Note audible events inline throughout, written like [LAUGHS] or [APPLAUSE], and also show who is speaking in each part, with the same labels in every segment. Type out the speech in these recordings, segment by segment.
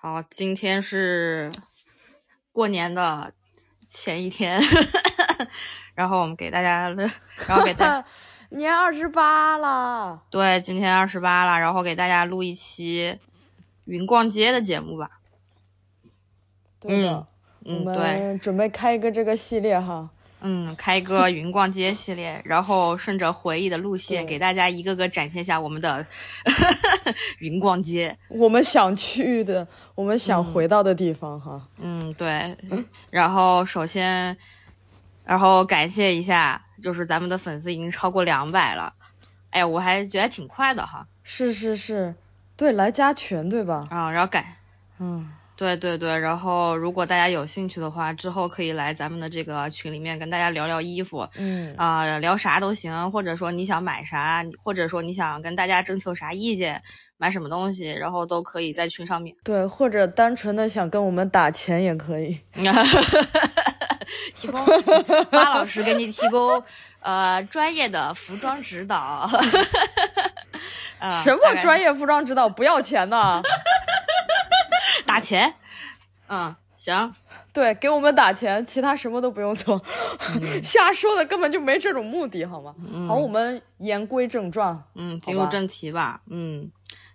Speaker 1: 好，今天是过年的前一天， [LAUGHS] 然后我们给大家，然后给
Speaker 2: [LAUGHS]
Speaker 1: 大
Speaker 2: 年二十八了，
Speaker 1: 对，今天二十八了，然后给大家录一期云逛街的节目吧。
Speaker 2: 对的，
Speaker 1: 嗯，
Speaker 2: 我
Speaker 1: 对，
Speaker 2: 们准备开一个这个系列哈，
Speaker 1: 嗯，开一个云逛街系列，然后顺着回忆的路线，
Speaker 2: 对
Speaker 1: 给大家一个个展现一下我们的 [LAUGHS] 云逛街。
Speaker 2: 我们想去的，我们想回到的地方哈。
Speaker 1: 嗯，对。然后首先，然后感谢一下，就是咱们的粉丝已经超过两百了。哎，我还觉得挺快的哈。
Speaker 2: 是是是，对，来加群对吧？
Speaker 1: 啊，然后感，
Speaker 2: 嗯，
Speaker 1: 对对对。然后如果大家有兴趣的话，之后可以来咱们的这个群里面跟大家聊聊衣服。
Speaker 2: 嗯，
Speaker 1: 啊、聊啥都行，或者说你想买啥，你或者说你想跟大家征求啥意见，买什么东西，然后都可以在群上面。
Speaker 2: 对，或者单纯的想跟我们打钱也可以。
Speaker 1: [LAUGHS] 提供巴老师给你提供呃专业的服装指导。 [LAUGHS] 啊
Speaker 2: 什么专
Speaker 1: 业？
Speaker 2: 业服装指导不要钱的？
Speaker 1: 打钱？嗯，行，
Speaker 2: [LAUGHS] 对，给我们打钱，其他什么都不用做，
Speaker 1: 嗯
Speaker 2: [LAUGHS] 瞎说的根本就没这种目的，好吗？好，我们言归正传。
Speaker 1: 嗯，进入
Speaker 2: 吧
Speaker 1: 正题吧。嗯，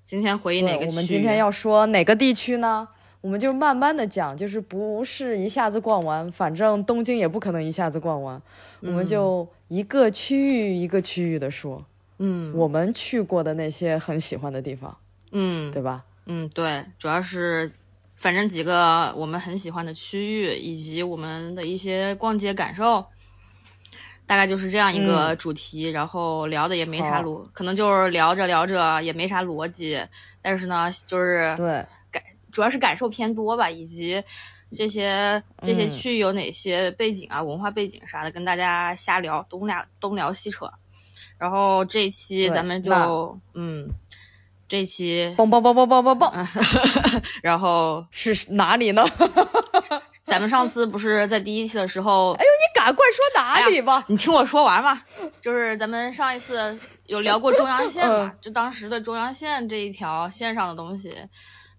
Speaker 1: 今天回忆
Speaker 2: 对，
Speaker 1: 哪个
Speaker 2: 我们
Speaker 1: 区
Speaker 2: 今
Speaker 1: 域
Speaker 2: 天要说哪个地区呢？我们就慢慢的讲，就是不是一下子逛完，反正东京也不可能一下子逛完，我们就一个区域一个区域的说，
Speaker 1: 嗯
Speaker 2: 我们去过的那些很喜欢的地方，
Speaker 1: 嗯
Speaker 2: 对吧？
Speaker 1: 嗯，对，主要是反正几个我们很喜欢的区域，以及我们的一些逛街感受，大概就是这样一个主题。然后聊的也没啥
Speaker 2: 嗯好
Speaker 1: 逻，可能就是聊着聊着也没啥逻辑，但是呢，就是
Speaker 2: 对，
Speaker 1: 主要是感受偏多吧，以及这些这些
Speaker 2: 嗯
Speaker 1: 区域有哪些背景啊、文化背景啥的，跟大家瞎聊，东聊东聊西扯。然后这一期
Speaker 2: 对
Speaker 1: 咱们
Speaker 2: 那
Speaker 1: 就嗯，这一期
Speaker 2: 蹦蹦蹦蹦蹦蹦
Speaker 1: 啊
Speaker 2: 蹦，
Speaker 1: 然后
Speaker 2: 是哪里呢？ [LAUGHS]
Speaker 1: 咱们上次不是在第一期的时候，
Speaker 2: 你赶快说哪里吧。
Speaker 1: 你听我说完嘛，就是咱们上一次有聊过中央线嘛，就当时的中央线这一条线上的东西，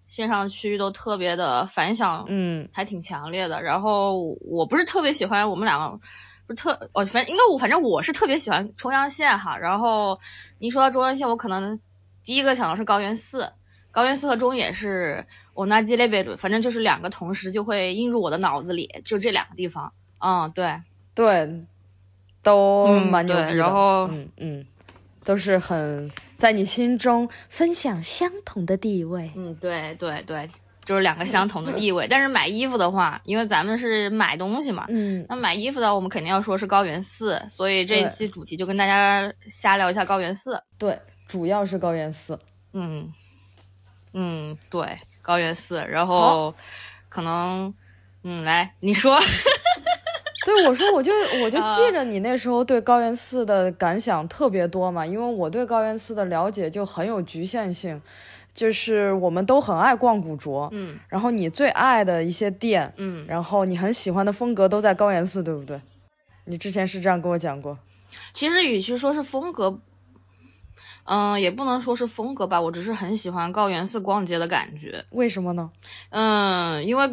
Speaker 1: 线上区域都特别的反响
Speaker 2: 嗯，
Speaker 1: 还挺强烈的。然后我不是特别喜欢我们两个，不是特，哦，反正应该我反正我是特别喜欢中央线哈。然后你说到中央线，我可能第一个想到是高原寺，高原寺和中野是我那基列贝鲁，反正就是两个同时就会映入我的脑子里，就这两个地方。嗯，对，
Speaker 2: 对，都
Speaker 1: 嗯
Speaker 2: 蛮牛逼
Speaker 1: 对
Speaker 2: 的。
Speaker 1: 然后
Speaker 2: 嗯嗯，都是很在你心中分享相同的地位。
Speaker 1: 嗯，对对对，就是两个相同的地位。但是买衣服的话，因为咱们是买东西嘛，
Speaker 2: 嗯，
Speaker 1: 那买衣服的，我们肯定要说是高原寺，所以这一
Speaker 2: 对
Speaker 1: 期主题就跟大家瞎聊一下高原寺。
Speaker 2: 对，主要是高原寺。
Speaker 1: 嗯，嗯，对，高原寺，然后可能，嗯，来你说，
Speaker 2: 对，我说我就我就
Speaker 1: 啊
Speaker 2: 记着你那时候对高原寺的感想特别多嘛，因为我对高原寺的了解就很有局限性，就是我们都很爱逛古着，
Speaker 1: 嗯
Speaker 2: 然后你最爱的一些店，
Speaker 1: 嗯，
Speaker 2: 然后你很喜欢的风格都在高原寺，对不对？你之前是这样跟我讲过，
Speaker 1: 其实与其说是风格，嗯、也不能说是风格吧，我只是很喜欢高原寺逛街的感觉。
Speaker 2: 为什么呢？
Speaker 1: 嗯，因为，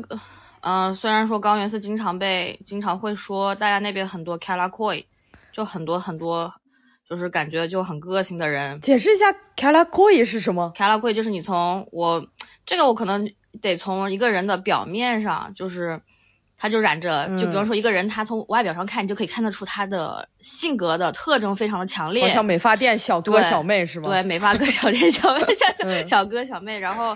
Speaker 1: 嗯、虽然说高原寺经常被经常会说，大家那边很多 c a l a c o i 就很多很多，就是感觉就很个性的人。
Speaker 2: 解释一下 k a l a k o i 是什么？
Speaker 1: 卡拉贵就是你从我这个我可能得从一个人的表面上，就是他就染着，就比方
Speaker 2: 嗯
Speaker 1: 说一个人他从外表上看，你就可以看得出他的性格的特征非常的强
Speaker 2: 好
Speaker 1: 烈，
Speaker 2: 像美发店小哥
Speaker 1: 对
Speaker 2: 小妹是吗？
Speaker 1: 对，美发哥、小姐、小妹、小小
Speaker 2: 嗯
Speaker 1: 小哥、小妹，然
Speaker 2: [LAUGHS]
Speaker 1: 后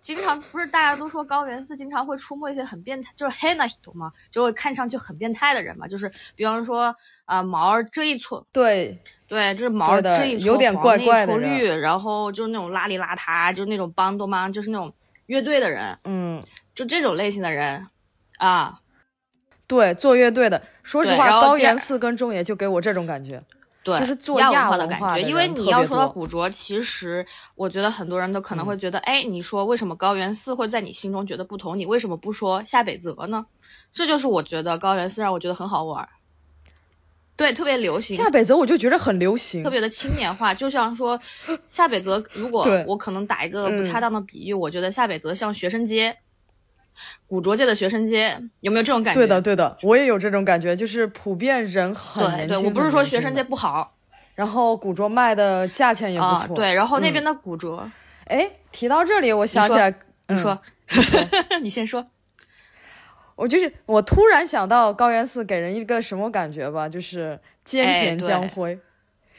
Speaker 1: 经常不是大家都说高原寺经常会出没一些很变态，就是黑那种嘛，就会看上去很变态的人嘛，就是比方说啊、呃毛儿这一撮，
Speaker 2: 对
Speaker 1: 对，这毛儿
Speaker 2: 对的
Speaker 1: 这一撮
Speaker 2: 有点
Speaker 1: 黄
Speaker 2: 怪
Speaker 1: 那一
Speaker 2: 怪的
Speaker 1: 撮
Speaker 2: 人
Speaker 1: 绿，然后就是那种邋里邋遢，就是那种帮多帮，就是那种乐队的人，
Speaker 2: 嗯，
Speaker 1: 就这种类型的人啊，
Speaker 2: 对，做乐队的。说实
Speaker 1: 对
Speaker 2: 话，
Speaker 1: 然后
Speaker 2: 高
Speaker 1: 第二
Speaker 2: 原寺跟中野就给我这种感觉。
Speaker 1: 对，
Speaker 2: 就是做
Speaker 1: 亚
Speaker 2: 亚
Speaker 1: 化
Speaker 2: 文
Speaker 1: 感
Speaker 2: 化
Speaker 1: 觉。
Speaker 2: 的
Speaker 1: 因为
Speaker 2: 人
Speaker 1: 你
Speaker 2: 特
Speaker 1: 要
Speaker 2: 别
Speaker 1: 说到
Speaker 2: 多嗯
Speaker 1: 古着，其实我觉得很多人都可能会觉得，哎，你说为什么高原寺会在你心中觉得不同？你为什么不说夏北泽呢？这就是我觉得高原寺让我觉得很好玩儿，对，特别流行，
Speaker 2: 下北泽我就觉得很流行
Speaker 1: 特，别的青年化。就像说夏北泽，如果
Speaker 2: 对
Speaker 1: 我可能打一个
Speaker 2: 嗯
Speaker 1: 不恰当的比喻，我觉得夏北泽像学生街，古着界的学生街，有没有这种感觉？
Speaker 2: 对的，对的，我也有这种感觉，就是普遍人很
Speaker 1: 对
Speaker 2: 年
Speaker 1: 对，
Speaker 2: 轻。
Speaker 1: 我不是
Speaker 2: 很
Speaker 1: 说
Speaker 2: 年
Speaker 1: 学
Speaker 2: 轻
Speaker 1: 生
Speaker 2: 的
Speaker 1: 街，不好
Speaker 2: 然后古着卖的价钱也不
Speaker 1: 啊、
Speaker 2: 错。
Speaker 1: 对，然后那
Speaker 2: 嗯
Speaker 1: 边的古着，
Speaker 2: 哎，提到这里，我想起来，
Speaker 1: 你
Speaker 2: 嗯
Speaker 1: 说， [LAUGHS] 你先说。
Speaker 2: 我就是我突然想到高原寺给人一个什么感觉吧，就是菅
Speaker 1: 哎
Speaker 2: 田
Speaker 1: 对
Speaker 2: 将晖，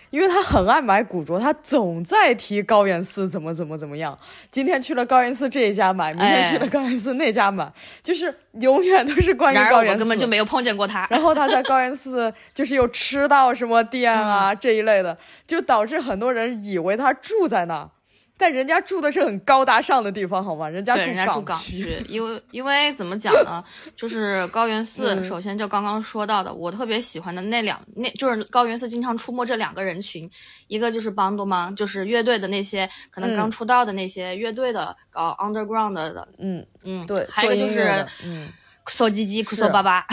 Speaker 2: 因为他很爱买古着，他总在提高原寺怎么怎么怎么样。今天去了高原寺这一家买，明天
Speaker 1: 哎
Speaker 2: 去了高原寺那家买，就是永远都是关于
Speaker 1: 然而
Speaker 2: 高
Speaker 1: 我
Speaker 2: 原寺。
Speaker 1: 们根本就没有碰见过他。
Speaker 2: 然后他在高原寺就是又吃到什么店
Speaker 1: 嗯
Speaker 2: 啊、这一类的，就导致很多人以为他住在那儿，但人家住的是很高大上的地方，好吗？人家
Speaker 1: 对，人家住
Speaker 2: 港
Speaker 1: 港
Speaker 2: 区， [LAUGHS]
Speaker 1: 区，因为因为怎么讲呢，就是高原
Speaker 2: 嗯
Speaker 1: 寺，首先就刚刚说到的，我特别喜欢的那两，那就是高原寺经常出没这两个人群，一个就是帮多忙，就是乐队的那些可能
Speaker 2: 嗯
Speaker 1: 刚出道的那些乐队的搞 underground 的，
Speaker 2: 嗯，
Speaker 1: 嗯，
Speaker 2: 对，
Speaker 1: 还有一个就
Speaker 2: 做音乐
Speaker 1: 是
Speaker 2: 的嗯，
Speaker 1: 酷搜唧唧、酷搜
Speaker 2: 是
Speaker 1: 巴 [LAUGHS] 巴，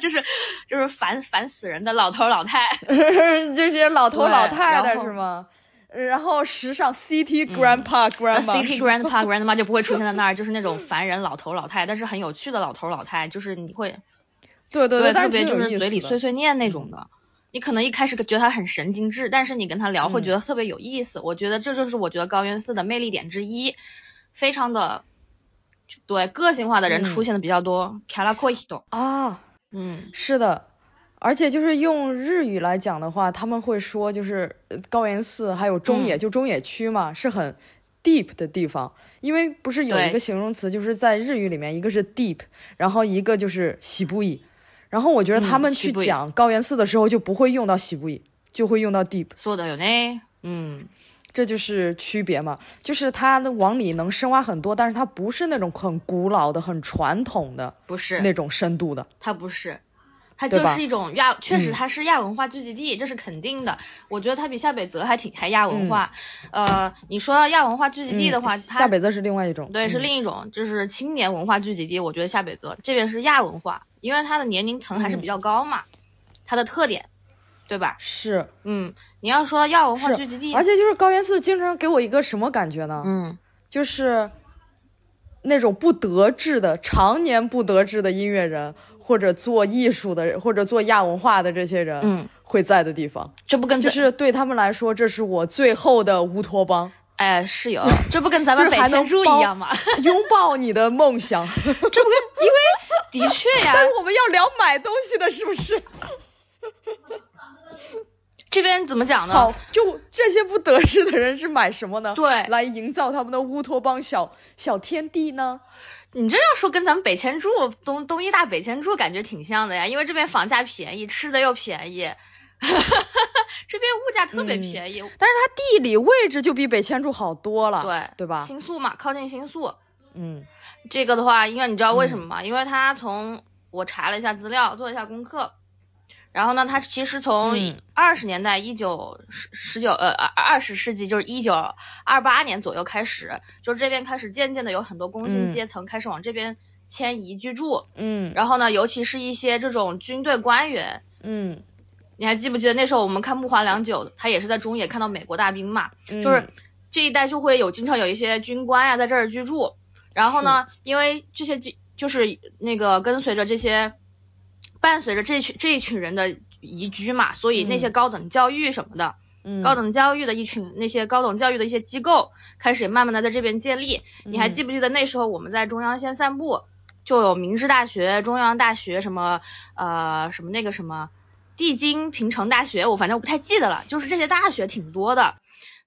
Speaker 1: 就是就是烦烦死人的老头老太，[LAUGHS]
Speaker 2: 嗯就这些老头老
Speaker 1: 对
Speaker 2: 太太
Speaker 1: 然后
Speaker 2: 是吗？然后时尚 City Grandpa、
Speaker 1: 呃
Speaker 2: Grandma
Speaker 1: ，City
Speaker 2: 是吧
Speaker 1: Grandpa Grandma 就不会出现在那儿，就是那种烦人老头老太，但是很有趣的老头老太，就是你会
Speaker 2: 对对对，
Speaker 1: 特
Speaker 2: 但是
Speaker 1: 别
Speaker 2: 挺
Speaker 1: 就
Speaker 2: 有
Speaker 1: 是
Speaker 2: 意
Speaker 1: 嘴里
Speaker 2: 思
Speaker 1: 碎
Speaker 2: 的。嗯
Speaker 1: 碎念那种的。你可能一开始觉得他很神经质，但是你跟他聊会
Speaker 2: 嗯
Speaker 1: 觉得特别有意思。我觉得这就是我觉得高原寺的魅力点之一，非常的对个性化的人
Speaker 2: 嗯
Speaker 1: 出现的比较多。卡拉阔多，
Speaker 2: 啊，
Speaker 1: 嗯，
Speaker 2: 是的，而且就是用日语来讲的话，他们会说就是呃高原寺还有中
Speaker 1: 嗯
Speaker 2: 野，就中野区嘛，是很 deep 的地方。因为不是有一
Speaker 1: 对
Speaker 2: 个形容词，就是在日语里面，一个是 deep，然后一个就是喜不已。然后我觉得他
Speaker 1: 嗯
Speaker 2: 们
Speaker 1: 喜
Speaker 2: 去
Speaker 1: 不已
Speaker 2: 讲高原寺的时候，就不会用到喜不已，就会用到 deep。
Speaker 1: そうだよね，嗯，
Speaker 2: 这就是区别嘛，就是它的往里能深挖很多，但是它不是那种很古老的、很传统的
Speaker 1: 不是，
Speaker 2: 那种深度的。
Speaker 1: 他不是。他
Speaker 2: 对
Speaker 1: 就
Speaker 2: 吧
Speaker 1: 是一种亚，确实
Speaker 2: 嗯
Speaker 1: 他是亚文化聚集地，这是肯定的。我觉得他比夏北泽还挺还亚文化。呃，你说到亚文化聚集地的话，
Speaker 2: 嗯
Speaker 1: 它
Speaker 2: 下北泽是另外一种，
Speaker 1: 对，是
Speaker 2: 嗯
Speaker 1: 另一种，就是青年文化聚集地。我觉得夏北泽这边是亚文化，因为它的年龄层
Speaker 2: 嗯
Speaker 1: 还是比较高嘛，它的特点，对吧？
Speaker 2: 是
Speaker 1: 嗯，你要说亚文化
Speaker 2: 是
Speaker 1: 聚集地，
Speaker 2: 而且就是高原寺经常给我一个什么感觉呢？
Speaker 1: 嗯，
Speaker 2: 就是那种不得志的、常年不得志的音乐人，或者做艺术的，或者做亚文化的这些人，
Speaker 1: 嗯，
Speaker 2: 会在的地方。
Speaker 1: 这不跟
Speaker 2: 就
Speaker 1: 咱
Speaker 2: 是对他们来说，这是我最后的乌托邦，
Speaker 1: 哎室
Speaker 2: [LAUGHS]
Speaker 1: 友，这不跟咱
Speaker 2: 就
Speaker 1: 们
Speaker 2: 是
Speaker 1: 北
Speaker 2: 还
Speaker 1: 千
Speaker 2: 能
Speaker 1: 住
Speaker 2: 包
Speaker 1: 一样吗？
Speaker 2: [LAUGHS] 拥抱你的
Speaker 1: [LAUGHS]
Speaker 2: 梦想。
Speaker 1: 的确呀，
Speaker 2: 但是我们要聊买东西的，是不是？
Speaker 1: 嗯这边怎么讲呢
Speaker 2: 好？，就这些不得志的人是买什么呢？
Speaker 1: 对
Speaker 2: 来营造他们的乌托邦小小天地呢？
Speaker 1: 你这要说跟咱们北千住东东医大北千住感觉挺像的呀，因为这边房价便宜，吃的又便宜， [LAUGHS] 这边物价特别
Speaker 2: 嗯
Speaker 1: 便宜，
Speaker 2: 但是它地理位置就比北千住好多了，
Speaker 1: 对
Speaker 2: 啊对吧？
Speaker 1: 新宿嘛，靠近新宿，
Speaker 2: 嗯，
Speaker 1: 这个的话，因为你知道为什么吗？因为他从我查了一下资料，做了一下功课，然后呢，他其实从
Speaker 2: 嗯
Speaker 1: 二十年代一九十十九呃二二十世纪就是一九二八年左右开始，就是这边开始渐渐的有很多工薪
Speaker 2: 嗯
Speaker 1: 阶层开始往这边迁移居住，
Speaker 2: 嗯
Speaker 1: 然后呢，尤其是一些这种军队官员。
Speaker 2: 嗯，
Speaker 1: 你还记不记得那时候我们看《木华良久》，他也是在中野看到美国大兵嘛？
Speaker 2: 就
Speaker 1: 就是这一带就会有经常有一些军官呀、在这儿居住。然后呢，因为这些就就是那个跟随着这些，伴随着这群这一群人的移居嘛，所以那些高等教育什么的，
Speaker 2: 嗯
Speaker 1: 高等教育的一群那些高等教育的一些机构开始慢慢的在这边建立。你还记不记得那时候我们在中央线散步，就有明治大学、中央大学什么呃什么那个什么帝京平城大学，我反正不太记得了，就是这些大学挺多的。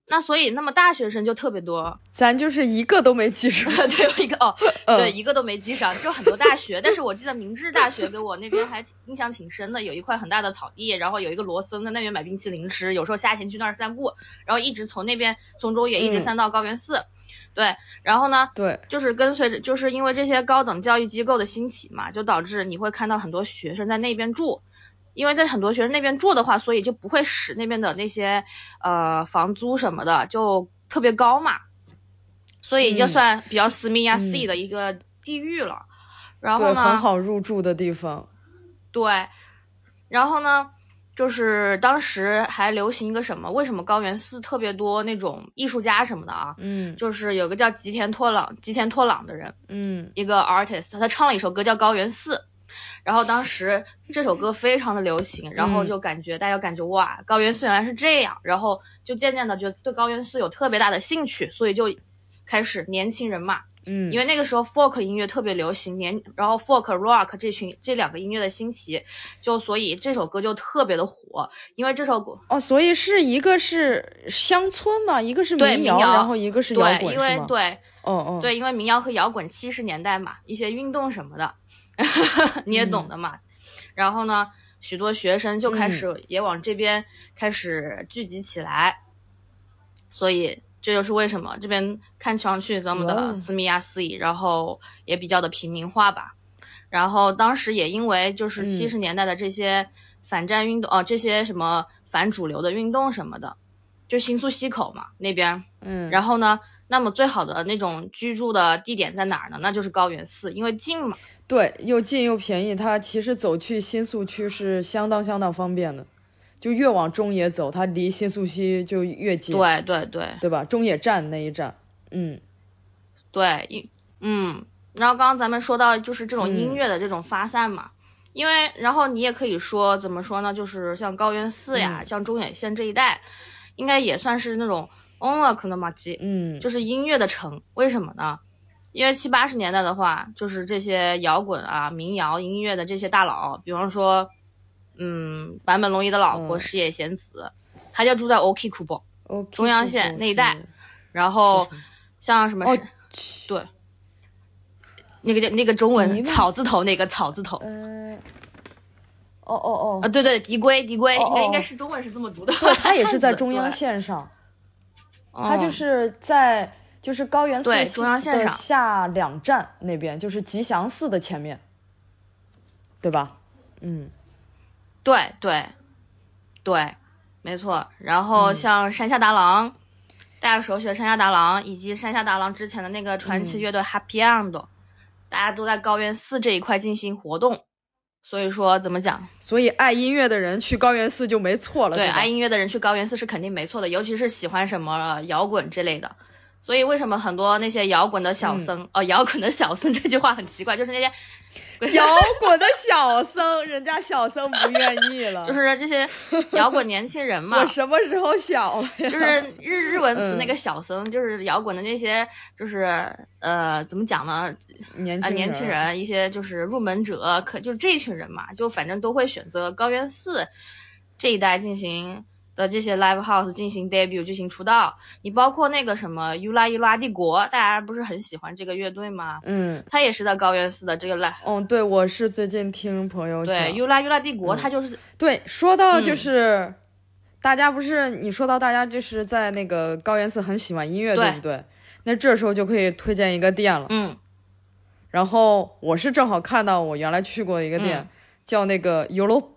Speaker 1: 那所以，那么大学生就特别多，，
Speaker 2: 咱就是一个都没记住
Speaker 1: [LAUGHS] 对，有一个哦，
Speaker 2: 嗯
Speaker 1: 对，一个都没记上，就很多大学。但是我记得明治大学给我那边还挺印象挺深的，有一块很大的草地，然后有一个罗森在那边买冰淇淋吃，有时候夏天去那儿散步，然后一直从那边从中野一直
Speaker 2: 嗯
Speaker 1: 散到高原寺。对，然后呢，
Speaker 2: 对，
Speaker 1: 就是跟随着，就是因为这些高等教育机构的兴起嘛，就导致你会看到很多学生在那边住，因为在很多学生那边住的话，所以就不会使那边的那些呃房租什么的就特别高嘛，所以就
Speaker 2: 嗯
Speaker 1: 算比较私密呀、
Speaker 2: 嗯
Speaker 1: 私密的一个地域了。然后
Speaker 2: 对，
Speaker 1: 呢，
Speaker 2: 很好入住的地方。
Speaker 1: 对，然后呢，就是当时还流行一个什么？为什么高原寺特别多那种艺术家什么的啊？
Speaker 2: 嗯
Speaker 1: 就是有个叫吉田拓朗，吉田拓朗的人，
Speaker 2: 嗯，
Speaker 1: 一个 artist，他唱了一首歌叫《高原寺》，然后当时这首歌非常的流行，然后
Speaker 2: 嗯
Speaker 1: 就感觉大家感觉哇，高原寺原来是这样，然后就渐渐的就对高原寺有特别大的兴趣，所以就开始年轻人嘛，
Speaker 2: 嗯，
Speaker 1: 因为那个时候 folk 音乐特别流行，年然后 folk rock 这群这两个音乐的兴起，就所以这首歌就特别的火，因为这首歌
Speaker 2: 哦，所以是一个是乡村嘛，一个是
Speaker 1: 对
Speaker 2: 谣，
Speaker 1: 民谣
Speaker 2: 然后一个是摇
Speaker 1: 对，
Speaker 2: 滚，
Speaker 1: 因
Speaker 2: 是
Speaker 1: 为
Speaker 2: 吗？
Speaker 1: 对
Speaker 2: 哦哦，
Speaker 1: 对，因为民谣和摇滚七十年代嘛，一些运动什么的， [LAUGHS] 你也懂的嘛。然后呢，许多学生就开
Speaker 2: 嗯
Speaker 1: 始也往这边开始聚集起来，所以这就是为什么这边看上去这么
Speaker 2: 哇哦
Speaker 1: 的斯密亚斯伊，然后也比较的平民化吧。然后当时也因为就是
Speaker 2: 嗯
Speaker 1: 七十年代的这些反战运动，哦、这些什么反主流的运动什么的，就新宿西口嘛那边，
Speaker 2: 嗯，
Speaker 1: 然后呢，那么最好的那种居住的地点在哪儿呢？那就是高原寺，因为近嘛。
Speaker 2: 对，又近又便宜，它其实走去新宿区是相当相当方便的，就越往中野走，它离新宿区就越近，
Speaker 1: 对对对
Speaker 2: 对吧？中野站那一站，嗯
Speaker 1: 对，一嗯。然后刚刚咱们说到就是这种
Speaker 2: 嗯
Speaker 1: 音乐的这种发散嘛，因为然后你也可以说怎么说呢？就是像高原寺呀，
Speaker 2: 嗯
Speaker 1: 像中野县这一带，应该也算是那种 on a k 的嘛，基
Speaker 2: 嗯，
Speaker 1: 就是音乐的城。为什么呢？因为七八十年代的话，就是这些摇滚啊、民谣音乐的这些大佬，比方说，嗯，坂本龙一的老婆
Speaker 2: 嗯
Speaker 1: 矢野贤子，她就住在 Okikubo，
Speaker 2: OK，
Speaker 1: 中央线那一带然后
Speaker 2: 是是哦
Speaker 1: 像什么是、
Speaker 2: 去
Speaker 1: 对，那个叫那个中
Speaker 2: 迪
Speaker 1: 文
Speaker 2: 吗
Speaker 1: 草字头那个草字头啊、
Speaker 2: 呃，哦哦哦，
Speaker 1: 对对，迪龟迪龟，
Speaker 2: 哦
Speaker 1: 应该
Speaker 2: 哦
Speaker 1: 应该是中文是这么读的，
Speaker 2: 对，它也是在
Speaker 1: 汉字
Speaker 2: 中央
Speaker 1: [LAUGHS] 对
Speaker 2: 线上，
Speaker 1: 嗯
Speaker 2: 它就是在就是高原寺
Speaker 1: 对
Speaker 2: 西
Speaker 1: 中央线
Speaker 2: 的
Speaker 1: 上
Speaker 2: 下两站那边，就是吉祥寺的前面，对吧？嗯
Speaker 1: 对对对，没错。然后
Speaker 2: 嗯
Speaker 1: 像山下达郎，大家熟悉的山下达郎，以及山下达郎之前的那个传
Speaker 2: 嗯
Speaker 1: 奇乐队 Happy End，、大家都在高原寺这一块进行活动。所以说，怎么讲？
Speaker 2: 所以爱音乐的人去高原寺就没错了，
Speaker 1: 对，
Speaker 2: 吧
Speaker 1: 爱音乐的人去高原寺是肯定没错的，尤其是喜欢什么摇滚之类的。所以为什么很多那些摇滚的小
Speaker 2: 嗯
Speaker 1: 僧，哦，摇滚的小僧这句话很奇怪，就是那些
Speaker 2: 摇滚的小僧，人家小僧不愿意了，
Speaker 1: 就是这些摇滚年轻人嘛，
Speaker 2: [LAUGHS] 我什么时候小了？
Speaker 1: 就是日日文词那
Speaker 2: 嗯
Speaker 1: 个小僧，就是摇滚的那些，就是呃，怎么讲呢？
Speaker 2: 年
Speaker 1: 啊，
Speaker 2: 轻
Speaker 1: 年轻，人一些就是入门者，可就是这一群人嘛，就反正都会选择高原寺这一带进行的这些 live house 进行 debut 进行出道。你包括那个什么尤拉尤拉帝国，大家不是很喜欢这个乐队吗？
Speaker 2: 嗯。
Speaker 1: 他也是在高原寺的这个 live。
Speaker 2: 嗯、对，我是最近听朋友讲，
Speaker 1: 对，尤拉尤拉帝国，
Speaker 2: 嗯
Speaker 1: 他就是
Speaker 2: 对，说到就
Speaker 1: 嗯
Speaker 2: 是、大家不是你说到大家就是在那个高原寺很喜欢音乐，
Speaker 1: 对
Speaker 2: 不对？那这时候就可以推荐一个店了。
Speaker 1: 嗯，
Speaker 2: 然后我是正好看到我原来去过一个店，
Speaker 1: 嗯
Speaker 2: 叫那个 European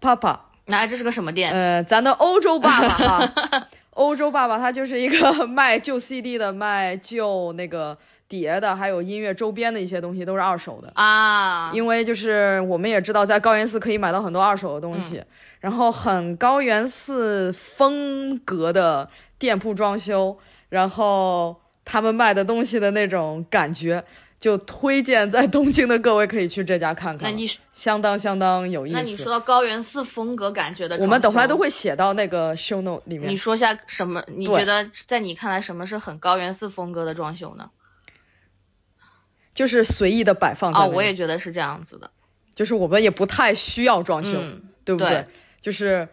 Speaker 2: Papa，
Speaker 1: 那这是个什么店？
Speaker 2: 呃，咱的欧洲爸爸
Speaker 1: [LAUGHS]
Speaker 2: 哈，欧洲爸爸他就是一个 [LAUGHS] 卖旧 CD 的，卖旧那个碟的，还有音乐周边的一些东西都是二手的。
Speaker 1: 啊，
Speaker 2: 因为就是我们也知道，在高原寺可以买到很多二手的东
Speaker 1: 嗯
Speaker 2: 西，然后很高原寺风格的店铺装修，然后他们卖的东西的那种感觉，就推荐在东京的各位可以去这家看
Speaker 1: 那
Speaker 2: 看，
Speaker 1: 你
Speaker 2: 相当相当有意思。
Speaker 1: 那你说到高原寺风格感觉的装修，
Speaker 2: 我们等会儿都会写到那个 show note 里面
Speaker 1: 你。说下什么？你
Speaker 2: 对
Speaker 1: 觉得在你看来什么是很高原寺风格的装修呢？
Speaker 2: 就是随意的摆放在
Speaker 1: 哦，
Speaker 2: 那里，
Speaker 1: 我也觉得是这样子的。
Speaker 2: 就是我们也不太需要装修，
Speaker 1: 嗯，
Speaker 2: 对不
Speaker 1: 对
Speaker 2: 就是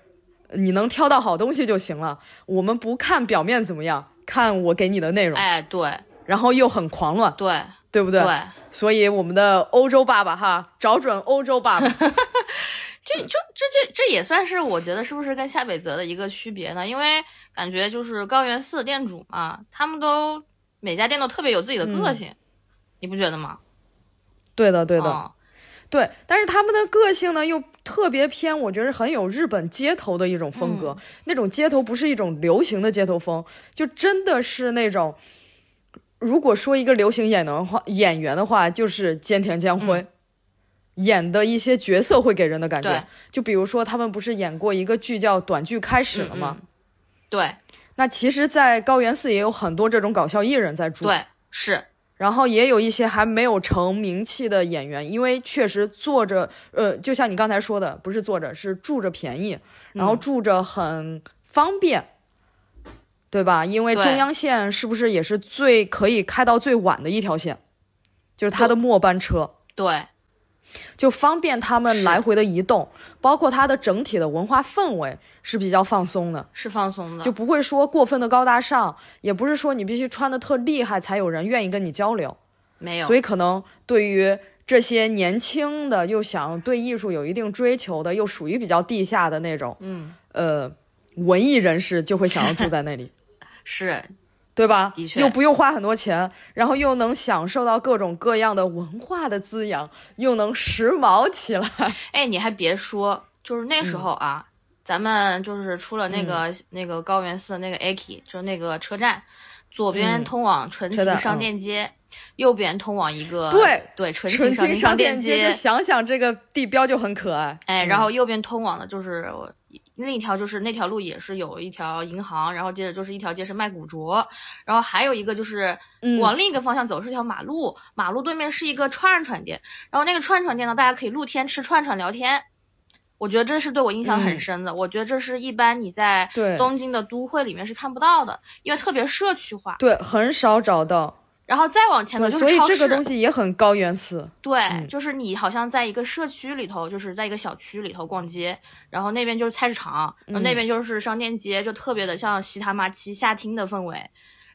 Speaker 2: 你能挑到好东西就行了，我们不看表面怎么样，看我给你的内容，
Speaker 1: 哎，对
Speaker 2: 然后又很狂乱，
Speaker 1: 对
Speaker 2: 对不对？所以我们的欧洲爸爸哈，找准欧洲
Speaker 1: [LAUGHS]
Speaker 2: 爸爸，
Speaker 1: 这这这这这也算是我觉得是不是跟夏北泽的一个区别呢？因为感觉就是高原寺店主嘛，他们都每家店都特别有自己的个性，你不觉得吗？
Speaker 2: 对的，嗯对的，
Speaker 1: 嗯
Speaker 2: 对，但是他们的个性呢，又特别偏，我觉得很有日本街头的一种风
Speaker 1: 嗯
Speaker 2: 格。那种街头不是一种流行的街头风，就真的是那种，如果说一个流行演员的话，演员的话就是菅田将
Speaker 1: 嗯
Speaker 2: 晖。演的一些角色会给人的感
Speaker 1: 对
Speaker 2: 觉，就比如说他们不是演过一个剧叫《短剧开始》了吗？
Speaker 1: 嗯对
Speaker 2: 那其实，在高原寺也有很多这种搞笑艺人在住，
Speaker 1: 对是，
Speaker 2: 然后也有一些还没有成名气的演员，因为确实坐着，呃，就像你刚才说的，不是坐着，是住着便宜，
Speaker 1: 嗯
Speaker 2: 然后住着很方便，对吧？因为
Speaker 1: 对
Speaker 2: 中央线是不是也是最可以开到最晚的一条线，就是它的末班车，
Speaker 1: 对
Speaker 2: 就方便他们
Speaker 1: 是
Speaker 2: 来回的移动，包括它的整体的文化氛围是比较放松的。
Speaker 1: 是放松的，
Speaker 2: 就不会说过分的高大上，也不是说你必须穿的特厉害才有人愿意跟你交流。
Speaker 1: 没有
Speaker 2: 所以可能对于这些年轻的又想对艺术有一定追求的，又属于比较地下的那种，
Speaker 1: 嗯
Speaker 2: 呃，文艺人士就会想要住在那
Speaker 1: [LAUGHS]
Speaker 2: 里，
Speaker 1: 是
Speaker 2: 对吧？
Speaker 1: 的确
Speaker 2: 又不用花很多钱，然后又能享受到各种各样的文化的滋养，又能时髦起来。
Speaker 1: 哎，你还别说，就是那
Speaker 2: 嗯
Speaker 1: 时候啊，咱们就是出了那个、那个高原寺那个 Aki，就是那个车站，左边
Speaker 2: 嗯
Speaker 1: 通往纯
Speaker 2: 车
Speaker 1: 情
Speaker 2: 站
Speaker 1: 商
Speaker 2: 嗯
Speaker 1: 店街，右边通往一个
Speaker 2: 对
Speaker 1: 对
Speaker 2: [LAUGHS]
Speaker 1: 纯
Speaker 2: 纯
Speaker 1: 情
Speaker 2: 情商
Speaker 1: 店
Speaker 2: 街，就想想这个地标就很可爱。
Speaker 1: 哎，然后右边通往的就是我另一条，就是那条路也是有一条银行，然后接着就是一条街是卖古着，然后还有一个就是
Speaker 2: 嗯
Speaker 1: 往另一个方向走是条马路，马路对面是一个串串店，然后那个串串店呢，大家可以露天吃串串聊天。我觉得这是对我印象很
Speaker 2: 嗯
Speaker 1: 深的，我觉得这是一般你在
Speaker 2: 对
Speaker 1: 东京的都会里面是看不到的，因为特别社区化。
Speaker 2: 对，很少找到。
Speaker 1: 然后再往前
Speaker 2: 对，
Speaker 1: 呢
Speaker 2: 所
Speaker 1: 就是
Speaker 2: 以
Speaker 1: 超市，
Speaker 2: 这个东西也很高原寺。
Speaker 1: 对，
Speaker 2: 嗯
Speaker 1: 就是你好像在一个社区里头，就是在一个小区里头逛街，然后那边就是菜市场，然后
Speaker 2: 嗯
Speaker 1: 那边就是商店街，就特别的像西塔马奇夏厅的氛围。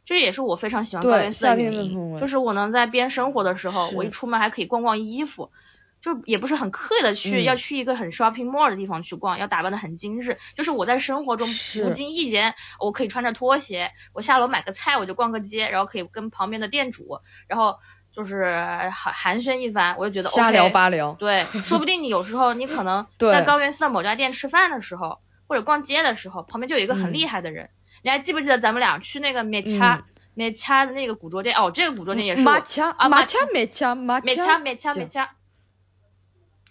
Speaker 1: 这也是我非常喜欢
Speaker 2: 对
Speaker 1: 高原寺的
Speaker 2: 夏天
Speaker 1: 原
Speaker 2: 的氛
Speaker 1: 因，
Speaker 2: 围
Speaker 1: 就是我能在边生活的时候，
Speaker 2: 是
Speaker 1: 我一出门还可以逛逛衣服，就也不是很刻意的去、
Speaker 2: 嗯
Speaker 1: 要去一个很 shopping mall 的地方去逛，要打扮的很精致。就是我在生活中
Speaker 2: 是
Speaker 1: 不经意间，我可以穿着拖鞋，我下楼买个菜，我就逛个街，然后可以跟旁边的店主，然后就是寒寒暄一番，我就觉得 OK,
Speaker 2: 瞎聊八聊。
Speaker 1: 对，说不定你有时候你可能
Speaker 2: [LAUGHS] 对
Speaker 1: 在高原寺的某家店吃饭的时候，或者逛街的时候，旁边就有一个
Speaker 2: 嗯
Speaker 1: 很厉害的人。你还记不记得咱们俩去那个美恰美恰的那个古着店？哦，这个古着店也是
Speaker 2: 马
Speaker 1: 我
Speaker 2: 恰
Speaker 1: 啊
Speaker 2: 马
Speaker 1: 马
Speaker 2: 恰嗯美恰马
Speaker 1: 美恰美恰美恰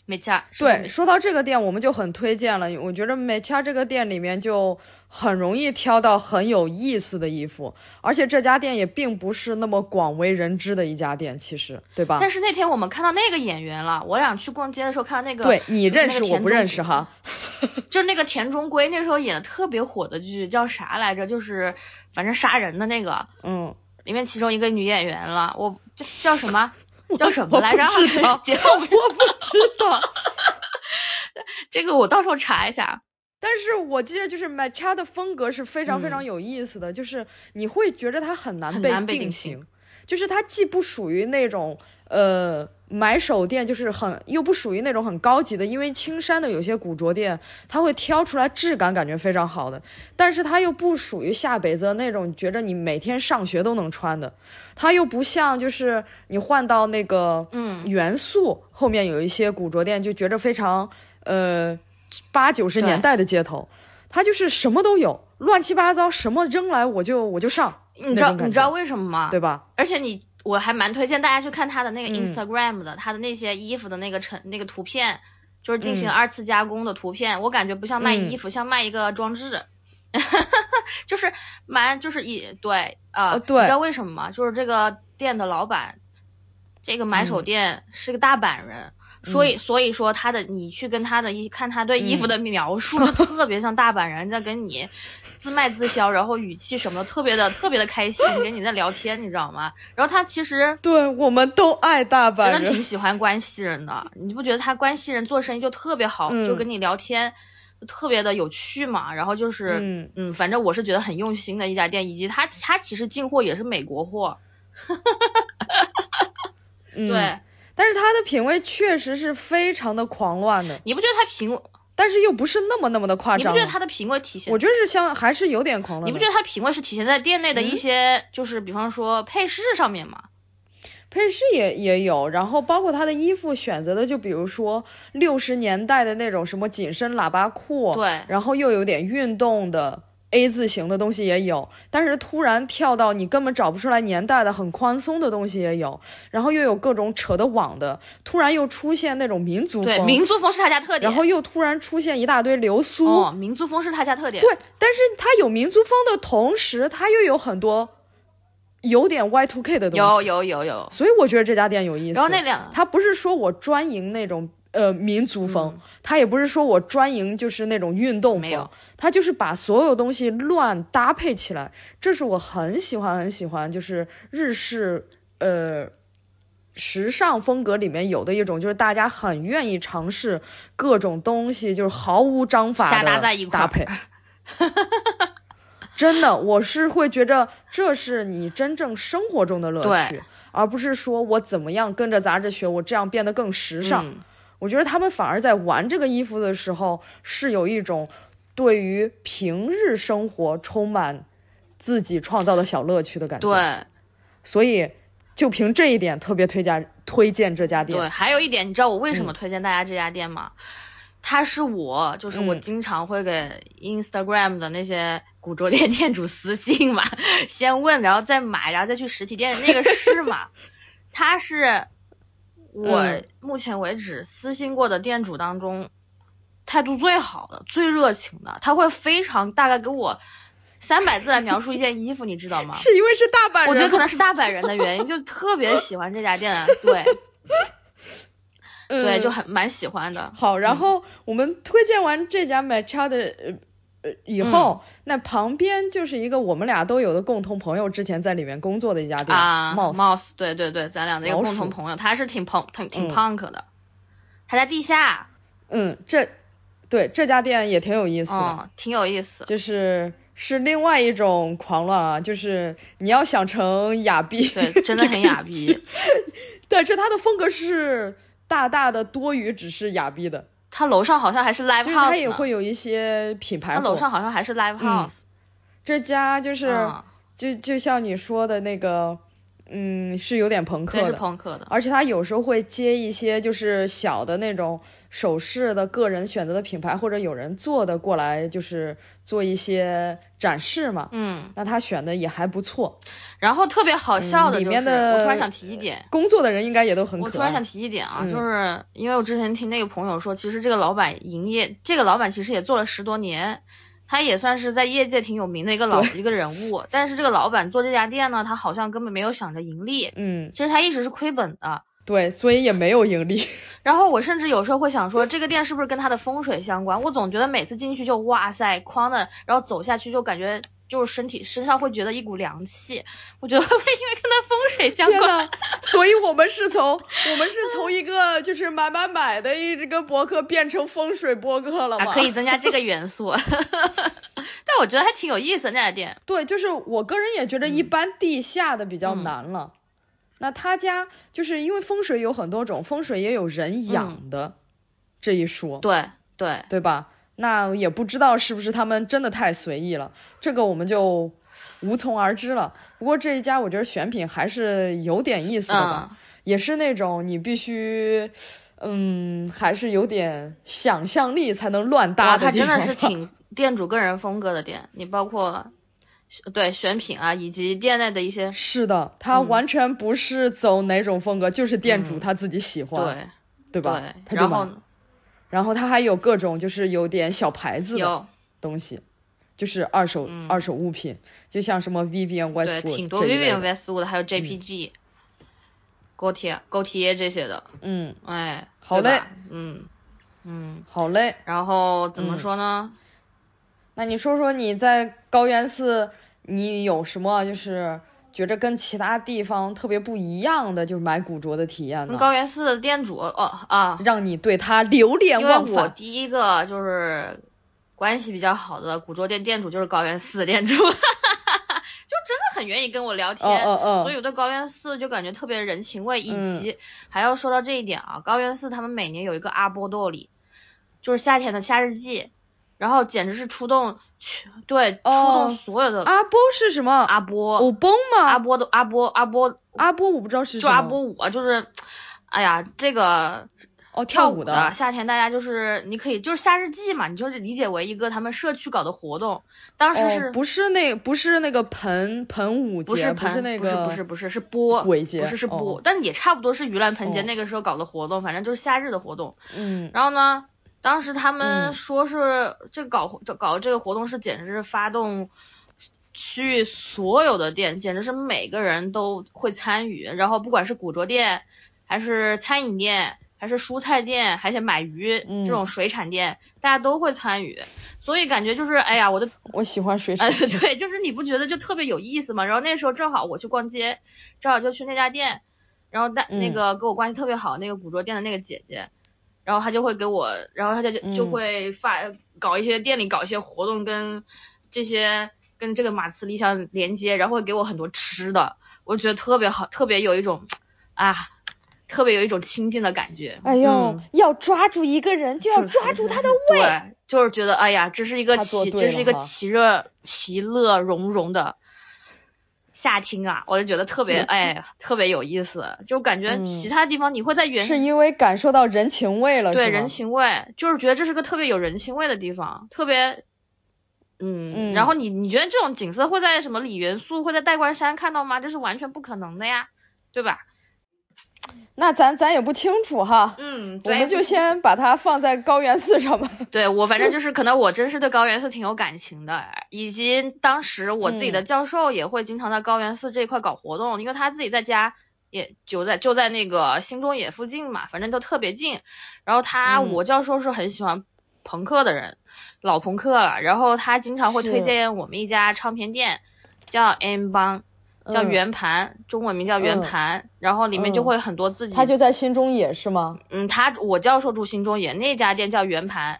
Speaker 1: 美恰。是不是
Speaker 2: 对，说到这个店，我们就很推荐了。我觉得美恰这个店里面就很容易挑到很有意思的衣服，而且这家店也并不是那么广为人知的一家店，其实对吧？
Speaker 1: 但是那天我们看到那个演员了，我俩去逛街的时候看到那个，
Speaker 2: 对你
Speaker 1: 就是那个
Speaker 2: 认识我
Speaker 1: 田
Speaker 2: 不
Speaker 1: 中
Speaker 2: 认识哈？
Speaker 1: 就是那个田中圭那时候演的特别火的剧叫啥来着？就是反正杀人的那个，
Speaker 2: 嗯，
Speaker 1: 里面其中一个女演员了，我这叫什
Speaker 2: [LAUGHS]
Speaker 1: 么？叫什么
Speaker 2: 我
Speaker 1: 来着
Speaker 2: 不知道？
Speaker 1: [LAUGHS] 节目名
Speaker 2: [LAUGHS] 我不知道，
Speaker 1: [LAUGHS] 这个我到时候查一下。
Speaker 2: 但是我记得就是美恰的风格是非常非
Speaker 1: 嗯
Speaker 2: 常有意思的，就是你会觉得它很难
Speaker 1: 很
Speaker 2: 被
Speaker 1: 难被定
Speaker 2: 型，就是它既不属于那种呃买手店，就是很又不属于那种很高级的，因为青山的有些古着店，它会挑出来质感感觉非常好的，但是它又不属于下北泽那种觉着你每天上学都能穿的，它又不像就是你换到那个
Speaker 1: 嗯
Speaker 2: 元素后面有一些古着店，就觉着非常呃八九十
Speaker 1: 对
Speaker 2: 年代的街头，它就是什么都有，乱七八糟，什么扔来我就我就上，
Speaker 1: 你知道
Speaker 2: 那种感觉
Speaker 1: 你知道为什么吗？
Speaker 2: 对吧？
Speaker 1: 而且你我还蛮推荐大家去看他的那个
Speaker 2: 嗯
Speaker 1: Instagram 的，他的那些衣服的那个成那个图片，就是进
Speaker 2: 嗯
Speaker 1: 行二次加工的图片，我感觉不像卖衣服，像卖一个装置。 [LAUGHS] 就是蛮就是一对啊、
Speaker 2: 呃对
Speaker 1: 你知道为什么吗？就是这个店的老板，这个买
Speaker 2: 嗯
Speaker 1: 手店是个大阪人，所以所以说他的你去跟他的一看他对衣
Speaker 2: 嗯
Speaker 1: 服的描述，
Speaker 2: [LAUGHS]
Speaker 1: 就特别像大阪人在跟你自卖自销，然后语气什么的特别的特别的开心，跟你在聊天，你知道吗？然后他其实
Speaker 2: 对，我们都爱大阪
Speaker 1: 真的挺
Speaker 2: 人，
Speaker 1: 喜欢关西人的，你不觉得他关西人做生意就特别好，
Speaker 2: 嗯
Speaker 1: 就跟你聊天特别的有趣嘛？然后就是
Speaker 2: 嗯
Speaker 1: 反正我是觉得很用心的一家店，以及他他其实进货也是美国货，
Speaker 2: 嗯
Speaker 1: 对，
Speaker 2: 但是他的品味确实是非常的狂乱的，
Speaker 1: 你不觉得他品
Speaker 2: 但是又不是那么那么的夸
Speaker 1: 你不
Speaker 2: 张啊
Speaker 1: 觉。得它的品味体现？
Speaker 2: 我觉得是像还是有点狂了的。
Speaker 1: 你不觉得它品味是体现在店内
Speaker 2: 嗯
Speaker 1: 的一些，就是比方说配饰上面嘛？
Speaker 2: 配饰也也有，然后包括他的衣服选择的，就比如说六十年代的那种什么紧身喇叭裤，
Speaker 1: 对
Speaker 2: 然后又有点运动的 A 字形的东西也有，但是突然跳到你根本找不出来年代的很宽松的东西也有，然后又有各种扯的网的，突然又出现那种民族
Speaker 1: 对，
Speaker 2: 风，
Speaker 1: 民族风是他家特点。
Speaker 2: 然后又突然出现一大堆流苏，
Speaker 1: 哦，民族风是他家特点。
Speaker 2: 对，但是它有民族风的同时，它又有很多有点 Y two K 的东西，
Speaker 1: 有有有有。
Speaker 2: 所以我觉得这家店有意思。
Speaker 1: 然后那两
Speaker 2: 他不是说我专营那种呃民族风，他也不是说我专营就是那种运动
Speaker 1: 嗯没
Speaker 2: 风
Speaker 1: 有，
Speaker 2: 他就是把所有东西乱搭配起来，这是我很喜欢很喜欢，就是日式呃。时尚风格里面有的一种，就是大家很愿意尝试各种东西，就是毫无章法
Speaker 1: 瞎
Speaker 2: 的
Speaker 1: 搭在一块儿
Speaker 2: 搭配。 [LAUGHS] 真的，我是会觉着这是你真正生活中的乐趣
Speaker 1: 对，
Speaker 2: 而不是说我怎么样跟着杂志学，我这样变得更时尚。
Speaker 1: 嗯
Speaker 2: 我觉得他们反而在玩这个衣服的时候，是有一种对于平日生活充满自己创造的小乐趣的感觉。，
Speaker 1: 对
Speaker 2: 所以就凭这一点，特别推荐推荐这家
Speaker 1: 对，
Speaker 2: 店。嗯
Speaker 1: 还有一点，你知道我为什么推荐大家这家店吗？它是我，就是我
Speaker 2: 嗯
Speaker 1: 经常会给 Instagram 的那些古着店店主私信嘛，先问，然后再买，然后再去实体店，那个是嘛？它是我
Speaker 2: 嗯
Speaker 1: 目前为止私信过的店主当中态度最好的、最热情的，他会非常大概给我三百字来描述一件衣服，你知道吗？
Speaker 2: [LAUGHS] 是因为是大阪人，
Speaker 1: 我觉得可能是大阪人的原因，就特别喜欢这家店，对。
Speaker 2: 嗯
Speaker 1: 对，就嗯很蛮喜欢的。
Speaker 2: 好，然后我们推荐完这家 Matcha 的呃呃以后，
Speaker 1: 嗯
Speaker 2: 那旁边就是一个我们俩都有的共同朋友，之前在里面工作的一家店
Speaker 1: 啊
Speaker 2: Mouse。
Speaker 1: ，Mouse，对对对，咱俩的一个
Speaker 2: 老
Speaker 1: 共同
Speaker 2: 鼠
Speaker 1: 朋友，他是挺朋挺挺
Speaker 2: 嗯
Speaker 1: punk 的，他在地下，
Speaker 2: 嗯，这对这家店也挺有意思的，
Speaker 1: 嗯，挺有意
Speaker 2: [LAUGHS]
Speaker 1: 思。
Speaker 2: 就是是另外一种狂乱啊，就是你要想成亚逼，
Speaker 1: 对，真的很哑逼。
Speaker 2: 但是他的风格是大大的多于只是亚逼的，
Speaker 1: 他楼上好像还是 live
Speaker 2: 就是他
Speaker 1: house
Speaker 2: 也
Speaker 1: 呢，
Speaker 2: 会有一些品牌
Speaker 1: 他楼
Speaker 2: 货。
Speaker 1: 上好像还是 live house，
Speaker 2: 这家就是、
Speaker 1: 嗯
Speaker 2: 就就像你说的那个，嗯，是有点朋克
Speaker 1: 对，
Speaker 2: 的，
Speaker 1: 是朋克的。
Speaker 2: 而且他有时候会接一些就是小的那种首饰的个人选择的品牌，或者有人做的过来，就是做一些展示嘛。
Speaker 1: 嗯，
Speaker 2: 那他选的也还不错，
Speaker 1: 然后特别好笑的
Speaker 2: 嗯里
Speaker 1: 就是，
Speaker 2: 面的
Speaker 1: 我突然想提一点，
Speaker 2: 工作的人应该也都很
Speaker 1: 我突
Speaker 2: 可
Speaker 1: 然
Speaker 2: 爱嗯
Speaker 1: 想。提一点啊，就是因为我之前听那个朋友说，其实这个老板营业，这个老板其实也做了十多年，他也算是在业界挺有名的一个老一个人物。但是这个老板做这家店呢，他好像根本没有想着盈利，
Speaker 2: 嗯，
Speaker 1: 其实他一直是亏本的。
Speaker 2: 对，所以也没有盈
Speaker 1: [LAUGHS]
Speaker 2: 利。
Speaker 1: 然后我甚至有时候会想说，这个店是不是跟他的风水相关？我总觉得每次进去就哇塞，哐的，然后走下去就感觉。就是身体身上会觉得一股凉气，我觉得会不会因为跟他风水相
Speaker 2: 天
Speaker 1: 关？
Speaker 2: 呐，所以我们是从我们是从一个就是买买买的一个博客变成风水博客了
Speaker 1: 啊，
Speaker 2: 吗？
Speaker 1: 可以增加这个元素。 [LAUGHS] 但我觉得还挺有意思的那家店，
Speaker 2: 对，就是我个人也觉得
Speaker 1: 嗯
Speaker 2: 一般地下的比较难了。那他家就是因为风水有很多种，风水也有
Speaker 1: 嗯
Speaker 2: 人养的、这一说，
Speaker 1: 对对，
Speaker 2: 对吧？那也不知道是不是他们真的太随意了，这个我们就无从而知了。不过这一家我觉得选品还是有点意思的吧，
Speaker 1: 嗯，
Speaker 2: 也是那种你必须，嗯，还是有点想象力才能乱搭
Speaker 1: 哇，
Speaker 2: 的
Speaker 1: 它
Speaker 2: 地
Speaker 1: 真
Speaker 2: 方
Speaker 1: 的
Speaker 2: 吧。
Speaker 1: 是挺店主个人风格的店，你包括对选品啊，以及店内的一些
Speaker 2: 是的，
Speaker 1: 嗯
Speaker 2: 他完全不是走哪种风格，就是店主他自己喜欢，
Speaker 1: 对
Speaker 2: 对吧？他
Speaker 1: 对，
Speaker 2: 就
Speaker 1: 然
Speaker 2: 买
Speaker 1: 后
Speaker 2: 然后他还有各种就是有点小牌子的
Speaker 1: 有嗯
Speaker 2: 东西，就是二手、二手物品，就像什么 Vivian
Speaker 1: 对
Speaker 2: Westwood
Speaker 1: 挺多
Speaker 2: 这一
Speaker 1: Vivian
Speaker 2: 类的嗯
Speaker 1: Westwood 还有 JPG、Gaultier Gaultier 这些的，
Speaker 2: 嗯，
Speaker 1: 哎，
Speaker 2: 好
Speaker 1: 对
Speaker 2: 嘞
Speaker 1: 吧，嗯嗯，
Speaker 2: 好嘞。
Speaker 1: 然后怎么
Speaker 2: 嗯
Speaker 1: 说呢？
Speaker 2: 那你说说你在高原寺，你有什么就是觉着跟其他地方特别不一样的，就是买古着的体验
Speaker 1: 跟嗯
Speaker 2: 呢？
Speaker 1: 高原寺的店主哦啊，
Speaker 2: 让你对他流连
Speaker 1: 因为
Speaker 2: 忘
Speaker 1: 我
Speaker 2: 返。
Speaker 1: 第一个就是关系比较好的古着店店主就是高原寺店主，就 [LAUGHS] 真的很愿意跟我聊天。
Speaker 2: 嗯嗯
Speaker 1: 所以
Speaker 2: 嗯，
Speaker 1: 我对高原寺就感觉特别人情味，以及还要说到这一点啊，高原寺他们每年有一个阿波多里，就是夏天的《夏日记》，然后简直是出动全对出
Speaker 2: 哦
Speaker 1: 动所有的
Speaker 2: 阿波是什么？
Speaker 1: 阿波，
Speaker 2: 欧崩吗？
Speaker 1: 阿波的阿波阿波
Speaker 2: 阿波我不知道是什
Speaker 1: 就
Speaker 2: 么。
Speaker 1: 阿波舞啊，就是，哎呀，这个
Speaker 2: 哦，
Speaker 1: 跳
Speaker 2: 舞
Speaker 1: 的夏天，大家就是你可以就是夏日祭嘛，你就是理解为一个他们社区搞的活动。当时是、
Speaker 2: 哦，不是那不是那个盆盆舞节，
Speaker 1: 不
Speaker 2: 不
Speaker 1: 是盆
Speaker 2: 那
Speaker 1: 不是
Speaker 2: 个
Speaker 1: 不是不是是波
Speaker 2: 鬼节
Speaker 1: 不是是波，
Speaker 2: 哦
Speaker 1: 但也差不多是盂兰盆节
Speaker 2: 哦
Speaker 1: 那个时候搞的活动，反正就是夏日的活动。
Speaker 2: 嗯
Speaker 1: 然后呢，当时他们
Speaker 2: 嗯
Speaker 1: 说是这个搞这搞这个活动是简直是发动区域所有的店，简直是每个人都会参与。然后不管是古着店，还是餐饮店，还是蔬菜店，还是买鱼、
Speaker 2: 嗯
Speaker 1: 这种水产店，大家都会参与。所以感觉就是，哎呀，我的
Speaker 2: 我喜欢水
Speaker 1: 哎，
Speaker 2: 产。
Speaker 1: 对，就是你不觉得就特别有意思吗？然后那时候正好我去逛街，正好就去那家店，然后带那
Speaker 2: 嗯
Speaker 1: 个跟我关系特别好那个古着店的那个姐姐，然后她就会给我，然后她就就
Speaker 2: 嗯
Speaker 1: 会发、搞一些店里搞一些活动跟这些跟这个马自立相连接，然后会给我很多吃的，我觉得特别好，特别有一种啊，特别有一种亲近的感觉。
Speaker 3: 哎呦，
Speaker 1: 嗯
Speaker 3: 要抓住一个人，就要
Speaker 1: 是
Speaker 3: 抓住他的胃。
Speaker 1: 对，就是觉得哎呀，这是一个
Speaker 2: 他做
Speaker 1: 其
Speaker 2: 对
Speaker 1: 这是
Speaker 2: 了
Speaker 1: 一个
Speaker 2: 哈
Speaker 1: 其乐其乐融融的夏厅啊，我就觉得特别哎，特别有意思。就感觉
Speaker 2: 嗯
Speaker 1: 其他地方你会在原、
Speaker 2: 是因为感受到人情味了，
Speaker 1: 对
Speaker 2: 是吗
Speaker 1: 人情味，就是觉得这是个特别有人情味的地方，特别。嗯，
Speaker 2: 嗯
Speaker 1: 然后你你觉得这种景色会在什么李元素会在代官山看到吗？这是完全不可能的呀，对吧？
Speaker 2: 那咱咱也不清楚哈，
Speaker 1: 嗯，
Speaker 2: 我
Speaker 1: 对
Speaker 2: 们就先把它放在高原寺上吧。
Speaker 1: [LAUGHS] 对我反正就是可能我真是对高原寺挺有感情的，以及当时我自己
Speaker 2: 嗯
Speaker 1: 的教授也会经常在高原寺这一块搞活动，因为他自己在家也就在就在那个新中野附近嘛，反正就特别近。然后他、
Speaker 2: 嗯
Speaker 1: 我教授是很喜欢朋克的人，老朋克了，然后他经常会推
Speaker 2: 是
Speaker 1: 荐我们一家唱片店叫 M 帮。叫
Speaker 2: 嗯
Speaker 1: 圆盘，中文名叫圆
Speaker 2: 嗯
Speaker 1: 盘，然后里面就
Speaker 2: 嗯
Speaker 1: 会很多自己
Speaker 2: 他就在新中野是吗？
Speaker 1: 嗯，他我教授住新中野那家店叫圆盘，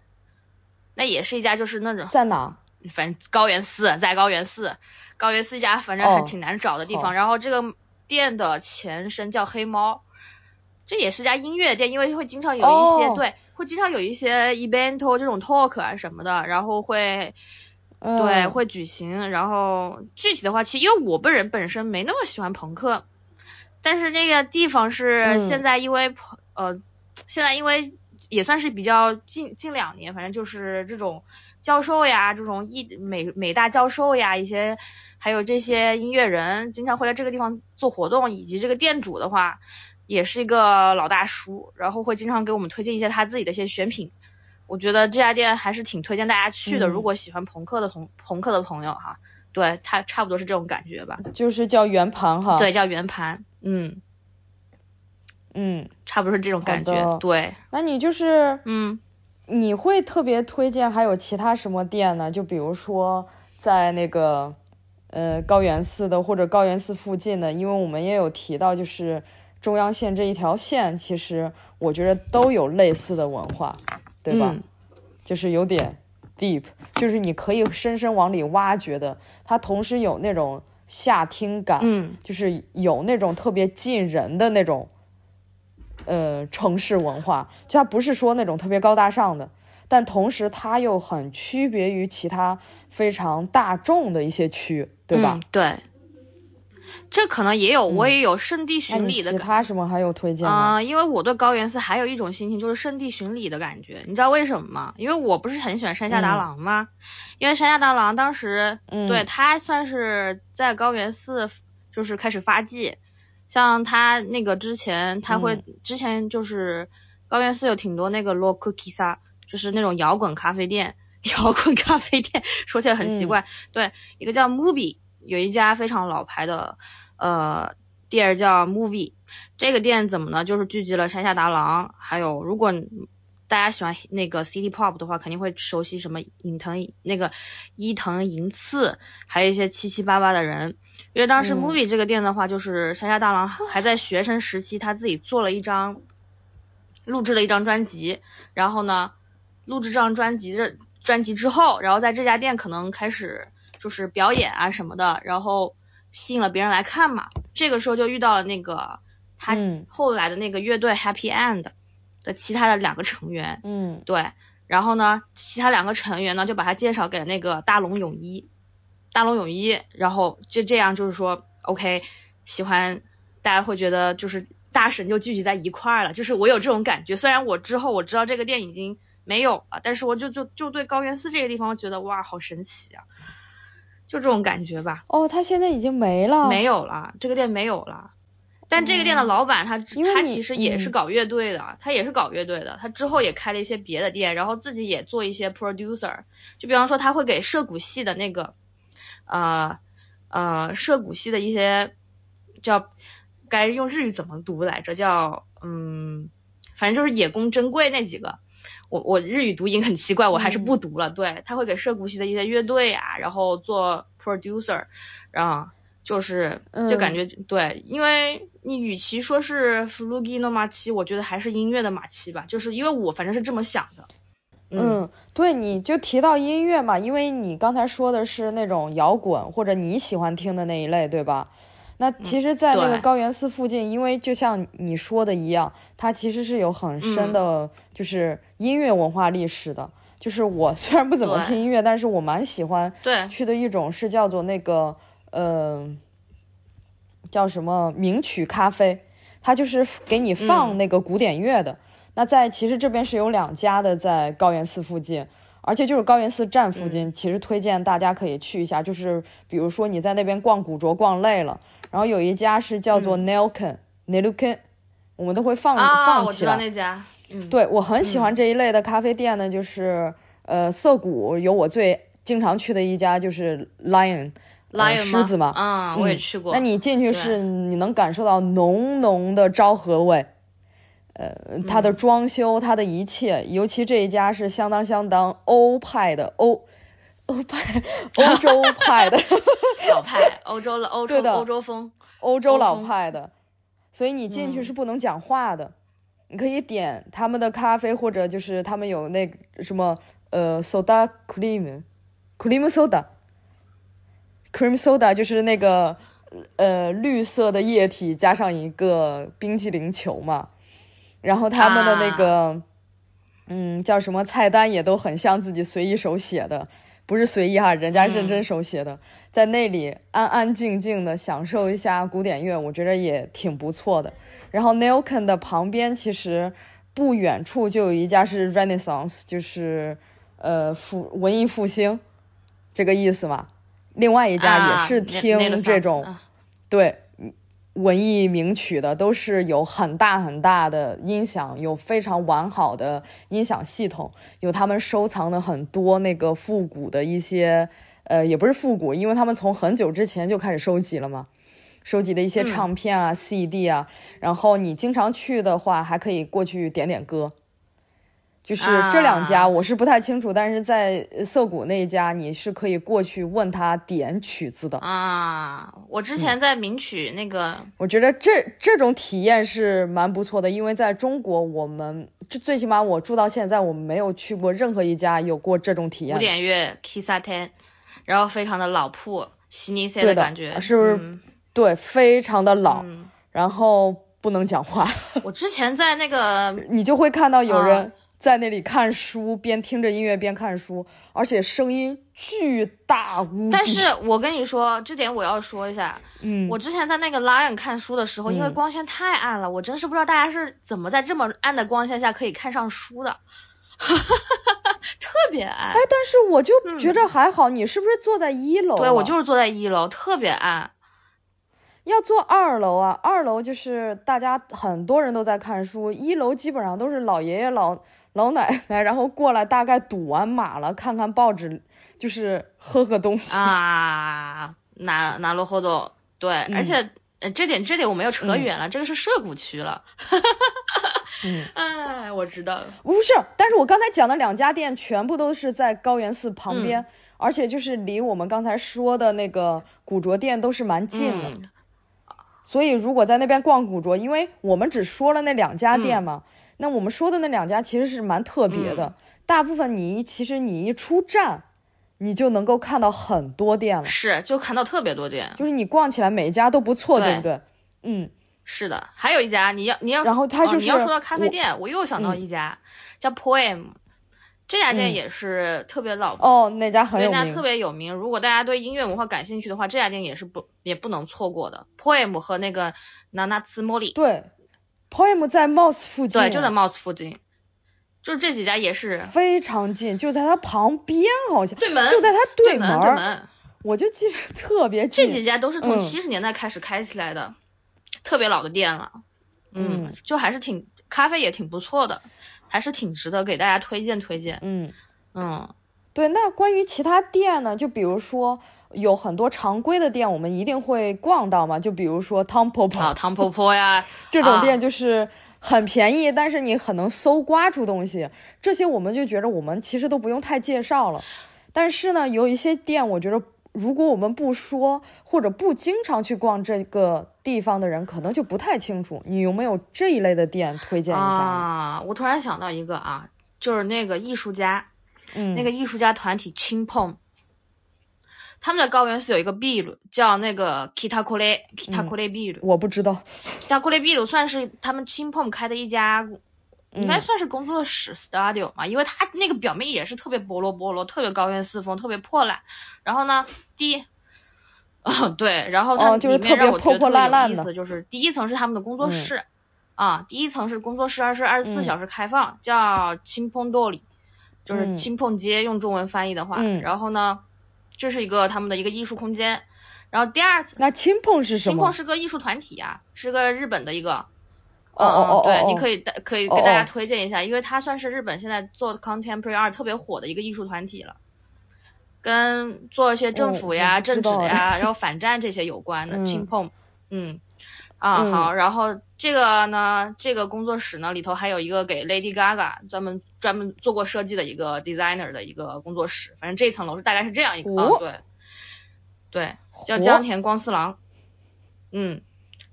Speaker 1: 那也是一家就是那种
Speaker 2: 在哪？
Speaker 1: 反正高原寺在高原寺，高原寺一家反正还
Speaker 2: 哦
Speaker 1: 挺难找的地
Speaker 2: 好
Speaker 1: 方。然后这个店的前身叫黑猫，这也是家音乐店，因为会经常有一些、
Speaker 2: 哦
Speaker 1: 对，会经常有一些 evento 这种 talk 啊什么的，然后会
Speaker 2: 嗯、
Speaker 1: 对，会举行。然后具体的话，其实因为我本人本身没那么喜欢朋克，但是那个地方是
Speaker 2: 嗯
Speaker 1: 现在因为、朋呃，现在因为也算是比较近近两年，反正就是这种教授呀，这种艺美美大教授呀，一些还有这些音乐人经常会在这个地方做活动，以及这个店主的话。也是一个老大叔，然后会经常给我们推荐一些他自己的一些选品，我觉得这家店还是挺推荐大家去的，
Speaker 2: 嗯
Speaker 1: 如果喜欢朋克的同朋克的朋友哈，对他差不多是这种感觉吧。
Speaker 2: 就是叫圆盘哈。，
Speaker 1: 对，叫圆盘，嗯，
Speaker 2: 嗯，
Speaker 1: 差不多是这种感
Speaker 2: 好
Speaker 1: 觉。
Speaker 2: 的
Speaker 1: 对，
Speaker 2: 那你就是
Speaker 1: 嗯，
Speaker 2: 你会特别推荐还有其他什么店呢？就比如说在那个呃高原寺的或者高原寺附近的，因为我们也有提到，就是中央线这一条线，其实我觉得都有类似的文化，对吧？
Speaker 1: 嗯
Speaker 2: 就是有点 deep，就是你可以深深往里挖掘的，它同时有那种下听感，
Speaker 1: 嗯，
Speaker 2: 就是有那种特别近人的那种，呃，城市文化，就它不是说那种特别高大上的，但同时它又很区别于其他非常大众的一些区，对吧嗯
Speaker 1: 嗯？？对，这可能也有，我也有圣地
Speaker 2: 那
Speaker 1: 巡礼
Speaker 2: 你
Speaker 1: 嗯的
Speaker 2: 其
Speaker 1: 感
Speaker 2: 他什么还有推荐
Speaker 1: 啊、
Speaker 2: 吗？
Speaker 1: 因为我对高原寺还有一种心情，就是圣地巡礼的感觉。你知道为什么吗？因为我不是很喜欢山下达
Speaker 2: 嗯
Speaker 1: 郎吗？因为山下达郎当时，
Speaker 2: 嗯
Speaker 1: 对他算是在高原寺就是开始发迹，像他那个之前他
Speaker 2: 嗯
Speaker 1: 会、之前就是高原寺有挺多那个 l o k u k i s a 就是那种摇滚咖啡店， [LAUGHS] 摇滚咖啡店说起来很奇
Speaker 2: 嗯
Speaker 1: 怪。对，一个叫 Mubi，有一家非常老牌的呃店叫 Movie。这个店怎么呢？就是聚集了山下达郎，还有如果你大家喜欢那个 City Pop 的话，肯定会熟悉什么伊藤那个伊藤银次，还有一些七七八八的人。因为当时
Speaker 2: 嗯
Speaker 1: Movie 这个店的话，就是山下大郎还在学生时期，他自己做了一张，录制了一张专辑，然后呢，录制这张专辑这专辑之后，然后在这家店可能开始就是表演啊什么的，然后吸引了别人来看嘛。这个时候就遇到了那个他
Speaker 2: 嗯
Speaker 1: 后来的那个乐队 Happy End 的其他的两个成员，
Speaker 2: 嗯
Speaker 1: 对，然后呢，其他两个成员呢就把他介绍给那个大龙泳衣，大龙泳衣，然后就这样就是说，OK，喜欢大家会觉得就是大神就聚集在一块儿了，就是我有这种感觉。虽然我之后我知道这个店已经没有了，但是我就就就对高原寺这个地方，我觉得哇，好神奇啊，就这种感觉吧。
Speaker 2: 哦，他现在已经没了，
Speaker 1: 没有了，这个店没有了。但这个店的老板他、
Speaker 2: 哦因为
Speaker 1: 他
Speaker 2: 你
Speaker 1: 其实也是
Speaker 2: 嗯
Speaker 1: 搞乐队的，他也是搞乐队的，他之后也开了一些别的店，然后自己也做一些 producer，就比方说他会给涉谷系的那个，呃呃涉谷系的一些叫该用日语怎么读来着？叫嗯，反正就是野宫珍贵那几个，我我日语读音很奇怪，我还是
Speaker 2: 嗯
Speaker 1: 不读了。对，他会给涉谷系的一些乐队啊，然后做 producer，啊，就是就
Speaker 2: 嗯
Speaker 1: 感觉、对，因为你与其说是 flugi no 马奇，我觉得还是音乐的马奇吧，就是因为我反正是这么想的。嗯
Speaker 2: 嗯，对，你就提到音乐嘛，因为你刚才说的是那种摇滚或者你喜欢听的那一类，对吧？那其实，在那
Speaker 1: 嗯对
Speaker 2: 个高原寺附近，因为就像你说的一样，它其实是有很
Speaker 1: 嗯
Speaker 2: 深的，就是音乐文化历史的。就是我 [LAUGHS] 虽然不怎么
Speaker 1: 对
Speaker 2: 听音乐，但是我蛮喜欢
Speaker 1: 对，
Speaker 2: 去的一种是叫做那个，呃，叫什么名曲咖啡，它就是给
Speaker 1: 嗯
Speaker 2: 你放那个古典乐的。那在其实这边是有两家的，在高原寺附近，而且就是高原寺站附
Speaker 1: 嗯
Speaker 2: 近，其实推荐大家可以去一下。就是比如说你在那边逛古着逛累了，然后有一家是叫做 Nelken、Neluken，我们都会放、
Speaker 1: 嗯啊，
Speaker 2: 放
Speaker 1: 我
Speaker 2: 起
Speaker 1: 知
Speaker 2: 来
Speaker 1: 道。那家，嗯，
Speaker 2: 对我很喜欢这一类的咖啡店呢，就是呃，涩谷有我最经常去的一家，就是 Lion，呃
Speaker 1: lion 吗
Speaker 2: 狮子嘛。嗯
Speaker 1: 啊、我也去过。
Speaker 2: 那你进去是你能感受到浓浓的昭和味，呃，它的装修，它的一切，尤其这一家是相当相当欧派的欧欧派 [LAUGHS] 欧洲派的
Speaker 1: [LAUGHS] 老派欧洲了，欧洲
Speaker 2: 对的
Speaker 1: 欧洲风，
Speaker 2: 欧洲老
Speaker 1: 欧风
Speaker 2: 派的，所以你进
Speaker 1: 嗯
Speaker 2: 去是不能讲话的。你可以点他们的咖啡，或者就是他们有那个什么呃 soda cream cream soda cream soda 就是那个呃绿色的液体加上一个冰激凌球嘛。然后他们的那个、嗯叫什么菜单也都很像自己随意手写的，不是随意哈，人家认真手写的。在那里安安静静的享受一下古典乐，我觉得也挺不错的。然后 Nelken 的旁边其实不远处就有一家是 Renaissance，就是呃复文艺复兴这个意思嘛。另外一家也
Speaker 1: 啊那
Speaker 2: 是
Speaker 1: 那
Speaker 2: 听
Speaker 1: 个
Speaker 2: 这
Speaker 1: sounds，
Speaker 2: 种、
Speaker 1: 啊
Speaker 2: 对嗯文艺名曲的，都是有很大很大的音响，有非常完好的音响系统，有他们收藏的很多那个复古的一些，呃，也不是复古，因为他们从很久之前就开始收集了嘛。收集的一些唱片啊、CD 啊，然后你经常去的话，还可以过去点点歌。就是这两家
Speaker 1: 啊
Speaker 2: 我是不太清楚，但是在呃涩谷那一家，你是可以过去问他点曲子的。
Speaker 1: 啊，我
Speaker 2: 嗯
Speaker 1: 之前在名曲那个，
Speaker 2: 我觉得这这种体验是蛮不错的，因为在中国，我们最最起码我住到现在，我们没有去过任何一家有过这种体验
Speaker 1: 古
Speaker 2: 的。
Speaker 1: 典乐 Kissa Ten，然后非常的老铺悉尼 C
Speaker 2: 对的
Speaker 1: 感觉，
Speaker 2: 是不是
Speaker 1: 嗯
Speaker 2: 对，非常的老，
Speaker 1: 嗯
Speaker 2: 然后不能讲话， [LAUGHS]
Speaker 1: 我之前在那个，
Speaker 2: 你就会看到有
Speaker 1: 啊
Speaker 2: 人在那里看书，边听着音乐边看书，而且声音巨大无比。
Speaker 1: 但是我跟你说，这点我要说一下，
Speaker 2: 嗯，
Speaker 1: 我之前在那个 Lion 看书的时候，因为
Speaker 2: 嗯
Speaker 1: 光线太暗了，我真是不知道大家是怎么在这么暗的光线下可以看上书的， [LAUGHS] 特别暗。
Speaker 2: 哎，但是我就觉着还好，你是不是坐在一楼啊？
Speaker 1: 嗯对我就是坐在一楼，特别暗。
Speaker 2: 要坐二楼啊，二楼就是大家很多人都在看书，一楼基本上都是老爷爷老老奶奶，然后过来大概堵完码了，看看报纸，就是喝喝东西。
Speaker 1: 啊，拿拿罗霍多，对，
Speaker 2: 嗯
Speaker 1: 而且呃这点这点我们又扯远了，这个是涉谷区了。
Speaker 2: 嗯，
Speaker 1: 哎，我知道了，
Speaker 2: 不是，但是我刚才讲的两家店全部都是在高原寺旁边，而且就是离我们刚才说的那个古着店都是蛮近的。
Speaker 1: 嗯
Speaker 2: 所以如果在那边逛古着，因为我们只说了那两家店嘛，
Speaker 1: 嗯
Speaker 2: 那我们说的那两家其实是蛮特别的。大部分你一其实你一出站，你就能够看到很多店了，
Speaker 1: 是就看到特别多店，
Speaker 2: 就是你逛起来每一家都不错，
Speaker 1: 对
Speaker 2: 对不对？嗯，
Speaker 1: 是的，还有一家你要你要，
Speaker 2: 然后它
Speaker 1: 哦
Speaker 2: 就
Speaker 1: 你要
Speaker 2: 是
Speaker 1: 说到咖啡
Speaker 2: 我嗯
Speaker 1: 店，我又想到一家、叫 Poem，这家店也是特别老，
Speaker 2: 哦，那家很
Speaker 1: 对，
Speaker 2: 有
Speaker 1: 那
Speaker 2: 名
Speaker 1: 特。别有名。如果大家对音乐文化感兴趣的话，这家店也是不也不能错过的。Poem 和那个 Nana t s m o l i
Speaker 2: 对，Poem 在 Moss 附近，啊
Speaker 1: 对，就在 Mouse 附近，就这几家也是
Speaker 2: 非常近，就在它旁边，好像
Speaker 1: 对门，
Speaker 2: 就在它
Speaker 1: 对
Speaker 2: 门
Speaker 1: 对
Speaker 2: 儿。
Speaker 1: 门，
Speaker 2: 我就记着特别
Speaker 1: 这几
Speaker 2: 近。
Speaker 1: 家都是从
Speaker 2: 嗯
Speaker 1: 七十年代开始开起来的，特别老的店了。嗯
Speaker 2: 嗯，
Speaker 1: 就还是挺咖啡也挺不错的，还是挺值得给大家推荐推荐。
Speaker 2: 嗯， [LAUGHS]
Speaker 1: 嗯，
Speaker 2: 对。那关于其他店呢？就比如说有很多常规的店，我们一定会逛到嘛。就比如说 Tom p o p
Speaker 1: 啊，唐婆婆呀，
Speaker 2: 这种
Speaker 1: 啊
Speaker 2: 店就是很便宜，但是你很能搜刮出东西。这些我们就觉得我们其实都不用太介绍了。但是呢，有一些店，我觉得如果我们不说或者不经常去逛这个地方的人，可能就不太清楚。你有没有这一类的店推荐一下呢？
Speaker 1: 啊，我突然想到一个啊，就是那个艺术家，
Speaker 2: 嗯，
Speaker 1: 那个艺术家团体青碰，他们的高原是有一个秘鲁，叫那个 Kitakure Kitakure 秘鲁
Speaker 2: 我不知道。
Speaker 1: ，Kitakure 秘鲁算是他们青碰开的一家。
Speaker 2: 嗯
Speaker 1: 应该算是工作室啊 studio 嘛，因为它那个表面也是特别菠萝菠萝，特别高原四风，特别破烂。然后呢，第 [LAUGHS] 一，哦对，然后它
Speaker 2: 哦
Speaker 1: 里
Speaker 2: 就是
Speaker 1: 面
Speaker 2: 特别
Speaker 1: 让我觉
Speaker 2: 破
Speaker 1: 得
Speaker 2: 破
Speaker 1: 特别
Speaker 2: 烂烂
Speaker 1: 有意思，
Speaker 2: 的嗯
Speaker 1: 就是第一层是他们的工作室，啊，第一层是工作室，二是二十四小时开放，叫青碰豆里，就是
Speaker 2: 嗯
Speaker 1: 青碰街，用中文翻译的话。
Speaker 2: 嗯
Speaker 1: 然后呢，这是一个他们的一个艺术空间。然后第二层，
Speaker 2: 那亲碰是什
Speaker 1: 青碰
Speaker 2: 么？
Speaker 1: 是个艺术团体啊，是个日本的一个。
Speaker 2: 哦
Speaker 1: 嗯
Speaker 2: 哦哦
Speaker 1: 对，
Speaker 2: 哦
Speaker 1: 你
Speaker 2: 哦
Speaker 1: 可以带可以给
Speaker 2: 哦
Speaker 1: 大家
Speaker 2: 哦
Speaker 1: 推荐一下，因为它算是日本现在做 contemporary art 特别火的一个艺术团体了，跟做一些政府
Speaker 2: 哦
Speaker 1: 呀、
Speaker 2: 我不
Speaker 1: 政
Speaker 2: 知
Speaker 1: 治
Speaker 2: 道哎 [LAUGHS]
Speaker 1: 呀，然后反战这些有关的。
Speaker 2: 嗯
Speaker 1: 青碰，嗯，啊
Speaker 2: 嗯
Speaker 1: 好，然后这个呢，这个工作室呢里头还有一个给 Lady Gaga 专门专门做过设计的一个 designer 的一个工作室，反正这一层楼是大概是这样一个，啊
Speaker 2: 哦
Speaker 1: 对，对，叫
Speaker 2: 活
Speaker 1: 江田光四郎，嗯，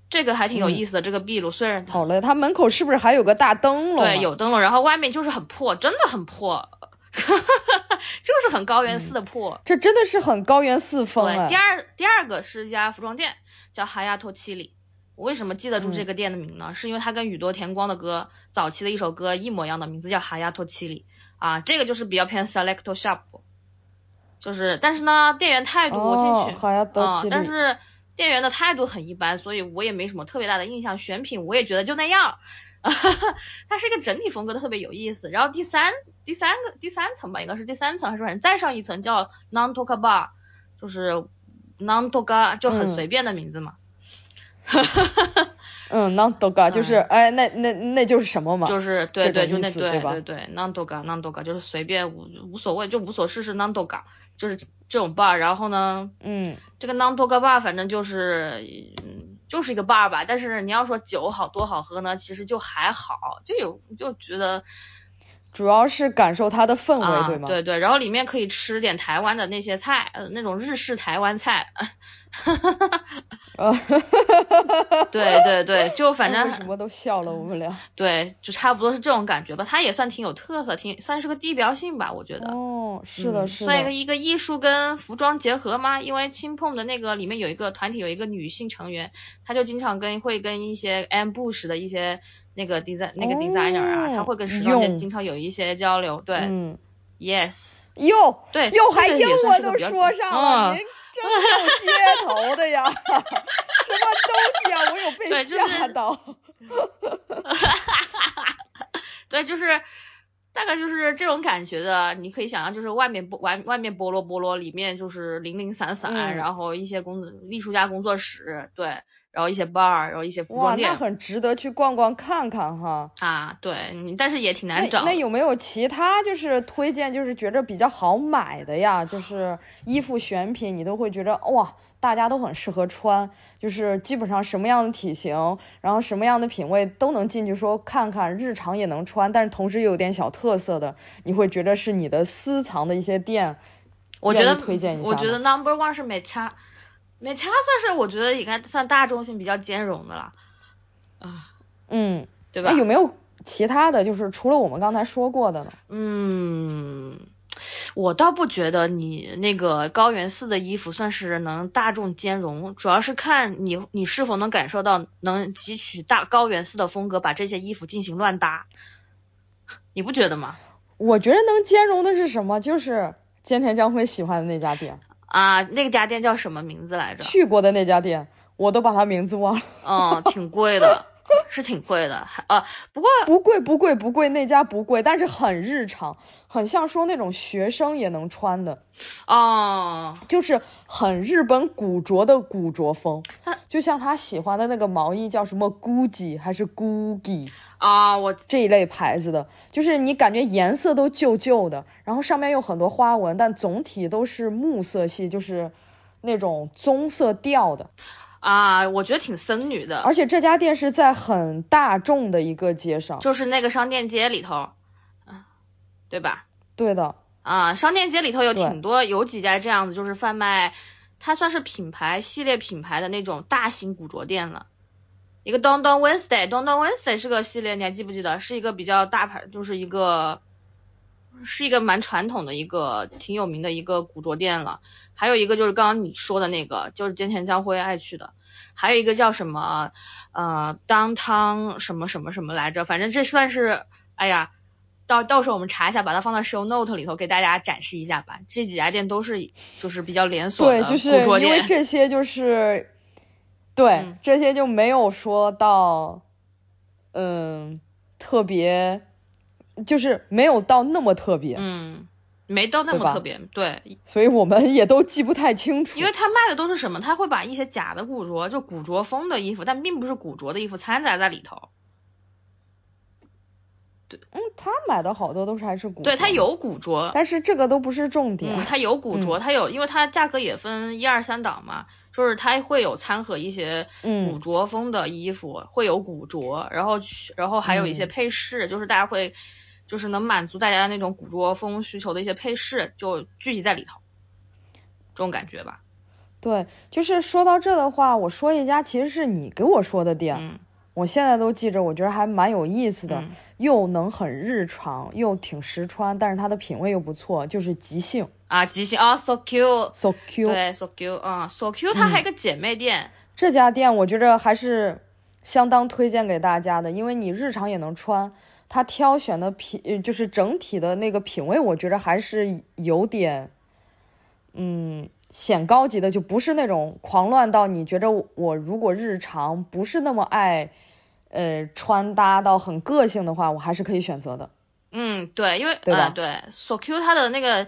Speaker 1: 这个还挺有意思的。这个壁炉虽然它
Speaker 2: 好嘞，它门口是不是还有个大灯笼啊？
Speaker 1: 对有灯笼，然后外面就是很破，真的很破， [LAUGHS] 就是很高原寺的破。
Speaker 2: 这真的是很高原四风
Speaker 1: 对，第
Speaker 2: 哎。
Speaker 1: 二第二个是一家服装店，叫哈亚托七里。我为什么记得住这个店的名呢？是因为它跟宇多田光的歌早期的一首歌一模一样的名字叫哈亚托七里啊，这个就是比较偏 selecto shop，就是但是呢店员态度我进
Speaker 2: 哦
Speaker 1: 去，
Speaker 2: 好呀，德
Speaker 1: 啊、
Speaker 2: 基
Speaker 1: 但
Speaker 2: 里
Speaker 1: 是店员的态度很一般，所以我也没什么特别大的印象。选品我也觉得就那样， [LAUGHS] 它是一个整体风格特别有意思。然后第三第三个第三层吧，应该是第三层还是反正再上一层叫 Non Toka Bar，就是 Non Toka 就很
Speaker 2: 嗯
Speaker 1: 随便的名字嘛，
Speaker 2: 嗯，那都嘎就是哎，那那那就是什么嘛？
Speaker 1: 就是对
Speaker 2: 这
Speaker 1: 对，
Speaker 2: 种
Speaker 1: 就那
Speaker 2: 意思
Speaker 1: 对
Speaker 2: 对吧
Speaker 1: 对 Non Toka Non Toka 就是随便无无所谓就无所事事 Non Toka 就是这种 bar。然后呢，
Speaker 2: 嗯，
Speaker 1: 这个 Non Toga Bar 反正就是，嗯，就是一个 bar 吧。但是你要说酒好多好喝呢，其实就还好，就有就觉得
Speaker 2: 主要是感受它的氛围，
Speaker 1: 啊，
Speaker 2: 对吗？
Speaker 1: 对对。然后里面可以吃点台湾的那些菜，呃，那种日式台湾
Speaker 2: [LAUGHS]
Speaker 1: 菜。对对对，就反
Speaker 2: 哎
Speaker 1: 正
Speaker 2: 为什么都笑了，我们俩。
Speaker 1: 对，就差不多是这种感觉吧。它也算挺有特色，挺算是个地标性吧，我觉得。
Speaker 2: 哦，是的，
Speaker 1: 嗯
Speaker 2: 是
Speaker 1: 算一个
Speaker 2: 的，
Speaker 1: 一个艺术跟服装结合吗？因为青碰的那个里面有一个团体有一个女性成员，她就经常跟会跟一些 ambush 的一些那个 design 那个 designer 啊，
Speaker 2: 哦
Speaker 1: 她会跟时装界
Speaker 2: 用
Speaker 1: 经常有一些交流。对、
Speaker 2: 嗯，
Speaker 1: yes，
Speaker 2: 哟，
Speaker 1: 对，
Speaker 2: 哟，还
Speaker 1: 这个也
Speaker 2: 英
Speaker 1: 算是
Speaker 2: 文
Speaker 1: 个
Speaker 2: 都
Speaker 1: 比较
Speaker 2: 说上了，
Speaker 1: 嗯
Speaker 2: 您真够街头的呀！ [LAUGHS] 什么东西啊？我有被
Speaker 1: 对就是
Speaker 2: 吓到。
Speaker 1: 对，就是大概就是这种感觉的。你可以想象，就是外面不外外面菠萝菠萝，里面就是零零散散，
Speaker 2: 嗯
Speaker 1: 然后一些工艺术家工作室，对，然后一些 bar，然后一些服
Speaker 2: 哇，
Speaker 1: 装
Speaker 2: 那
Speaker 1: 店
Speaker 2: 很值得去逛逛看看哈。
Speaker 1: 啊，对，你但是也挺
Speaker 2: 那
Speaker 1: 难找
Speaker 2: 那
Speaker 1: 的。
Speaker 2: 有没有其他就是推荐，就是觉着比较好买的呀？就是衣服选品，你都会觉着哇，大家都很适合穿，就是基本上什么样的体型，然后什么样的品味都能进去说看看，日常也能穿，但是同时又有点小特色的，你会觉得是你的私藏的一些店。
Speaker 1: 我觉
Speaker 2: 愿
Speaker 1: 得
Speaker 2: 意推荐一
Speaker 1: 我
Speaker 2: 下
Speaker 1: 觉得 number one 是美差，美差算是我觉得应该算大众性比较兼容的了，
Speaker 2: 嗯，
Speaker 1: 对吧？
Speaker 2: 那有没有其他的就是除了我们刚才说过的呢？
Speaker 1: 嗯，我倒不觉得你那个高原寺的衣服算是能大众兼容，主要是看你你是否能感受到能汲取大高原寺的风格，把这些衣服进行乱搭，你不觉得吗？
Speaker 2: 我觉得能兼容的是什么？就是菅田将晖喜欢的那家店，
Speaker 1: 啊，那家店叫什么名字来
Speaker 2: [LAUGHS]
Speaker 1: 着？
Speaker 2: 去过的那家店，我都把他名字忘了。
Speaker 1: 嗯，挺贵的，是挺贵的。还呃，不过
Speaker 2: [LAUGHS] 不贵，不贵，不贵，那家不贵，但是很日常，很像说那种学生也能穿的，
Speaker 1: 哦，
Speaker 2: 就是很日本古着的古着风
Speaker 1: 他。
Speaker 2: 就像他喜欢的那个毛衣叫什么 Gucci 还是 Gucci
Speaker 1: 啊，我
Speaker 2: 这一类牌子的，就是你感觉颜色都旧旧的，然后上面有很多花纹，但总体都是木色系，就是那种棕色调的。
Speaker 1: 啊，我觉得挺森女的，
Speaker 2: 而且这家店是在很大众的一个街上，
Speaker 1: 就是那个商店街里头，啊，对吧？
Speaker 2: 对的，
Speaker 1: 啊，商店街里头有
Speaker 2: 对
Speaker 1: 挺多，有几家这样子，就是贩卖，它算是品牌系列品牌的那种大型古着店了。一个 Don Don Wednesday，Don Don Wednesday 是个系列，你还记不记得？是一个比较大牌，就是一个，是一个蛮传统的一个挺有名的一个古着店了。还有一个就是刚刚你说的那个，就是菅田将晖爱去的。还有一个叫什么，呃，downtown 什么什么什么来着？反正这算是，哎呀，到到时候我们查一下，把它放到 show note 里头给大家展示一下吧。这几家店都是就是比较连锁
Speaker 2: 对
Speaker 1: 的，
Speaker 2: 就是
Speaker 1: 古着
Speaker 2: 因为
Speaker 1: 店。
Speaker 2: 这些就是，对、
Speaker 1: 嗯
Speaker 2: 这些就没有说到，嗯，特别，就是没有到那么特别，
Speaker 1: 嗯，没到那
Speaker 2: 对吧
Speaker 1: 么特别，对，
Speaker 2: 所以我们也都记不太清楚。
Speaker 1: 因为他卖的都是什么？他会把一些假的古着，就古着风的衣服，但并不是古着的衣服掺杂在里头。
Speaker 2: 嗯，他买的好多都是还是古，
Speaker 1: 对，它，有古着，
Speaker 2: 但是这个都不是重点。
Speaker 1: 嗯，它有古着，它有，因为它价格也分一二三档嘛，就是它会有掺和一些
Speaker 2: 嗯
Speaker 1: 古着风的衣服，会有古着，然后去然后还有一
Speaker 2: 嗯
Speaker 1: 些配饰，就是大家会就是能满足大家那种古着风需求的一些配饰，就聚集在里头，这种感觉吧。
Speaker 2: 对，就是说到这的话，我说一家其实是你给我说的店，
Speaker 1: 嗯
Speaker 2: 我现在都记着，我觉得还蛮有意思的，
Speaker 1: 嗯
Speaker 2: 又能很日常，又挺实穿，但是它的品味又不错，就是即兴
Speaker 1: 啊，吉星啊，so cute，
Speaker 2: so cute。嗯
Speaker 1: 对，so cute 啊、s o cute，它还有一个姐妹店，
Speaker 2: 这家店我觉着还是相当推荐给大家的，因为你日常也能穿。它挑选的品，呃就是整体的那个品味，我觉着还是有点，嗯，显高级的，就不是那种狂乱到你觉着我我如果日常不是那么爱，呃，穿搭到很个性的话，我还是可以选择的。
Speaker 1: 嗯，对，因为
Speaker 2: 对吧
Speaker 1: 呃、对，so cute 它的那个。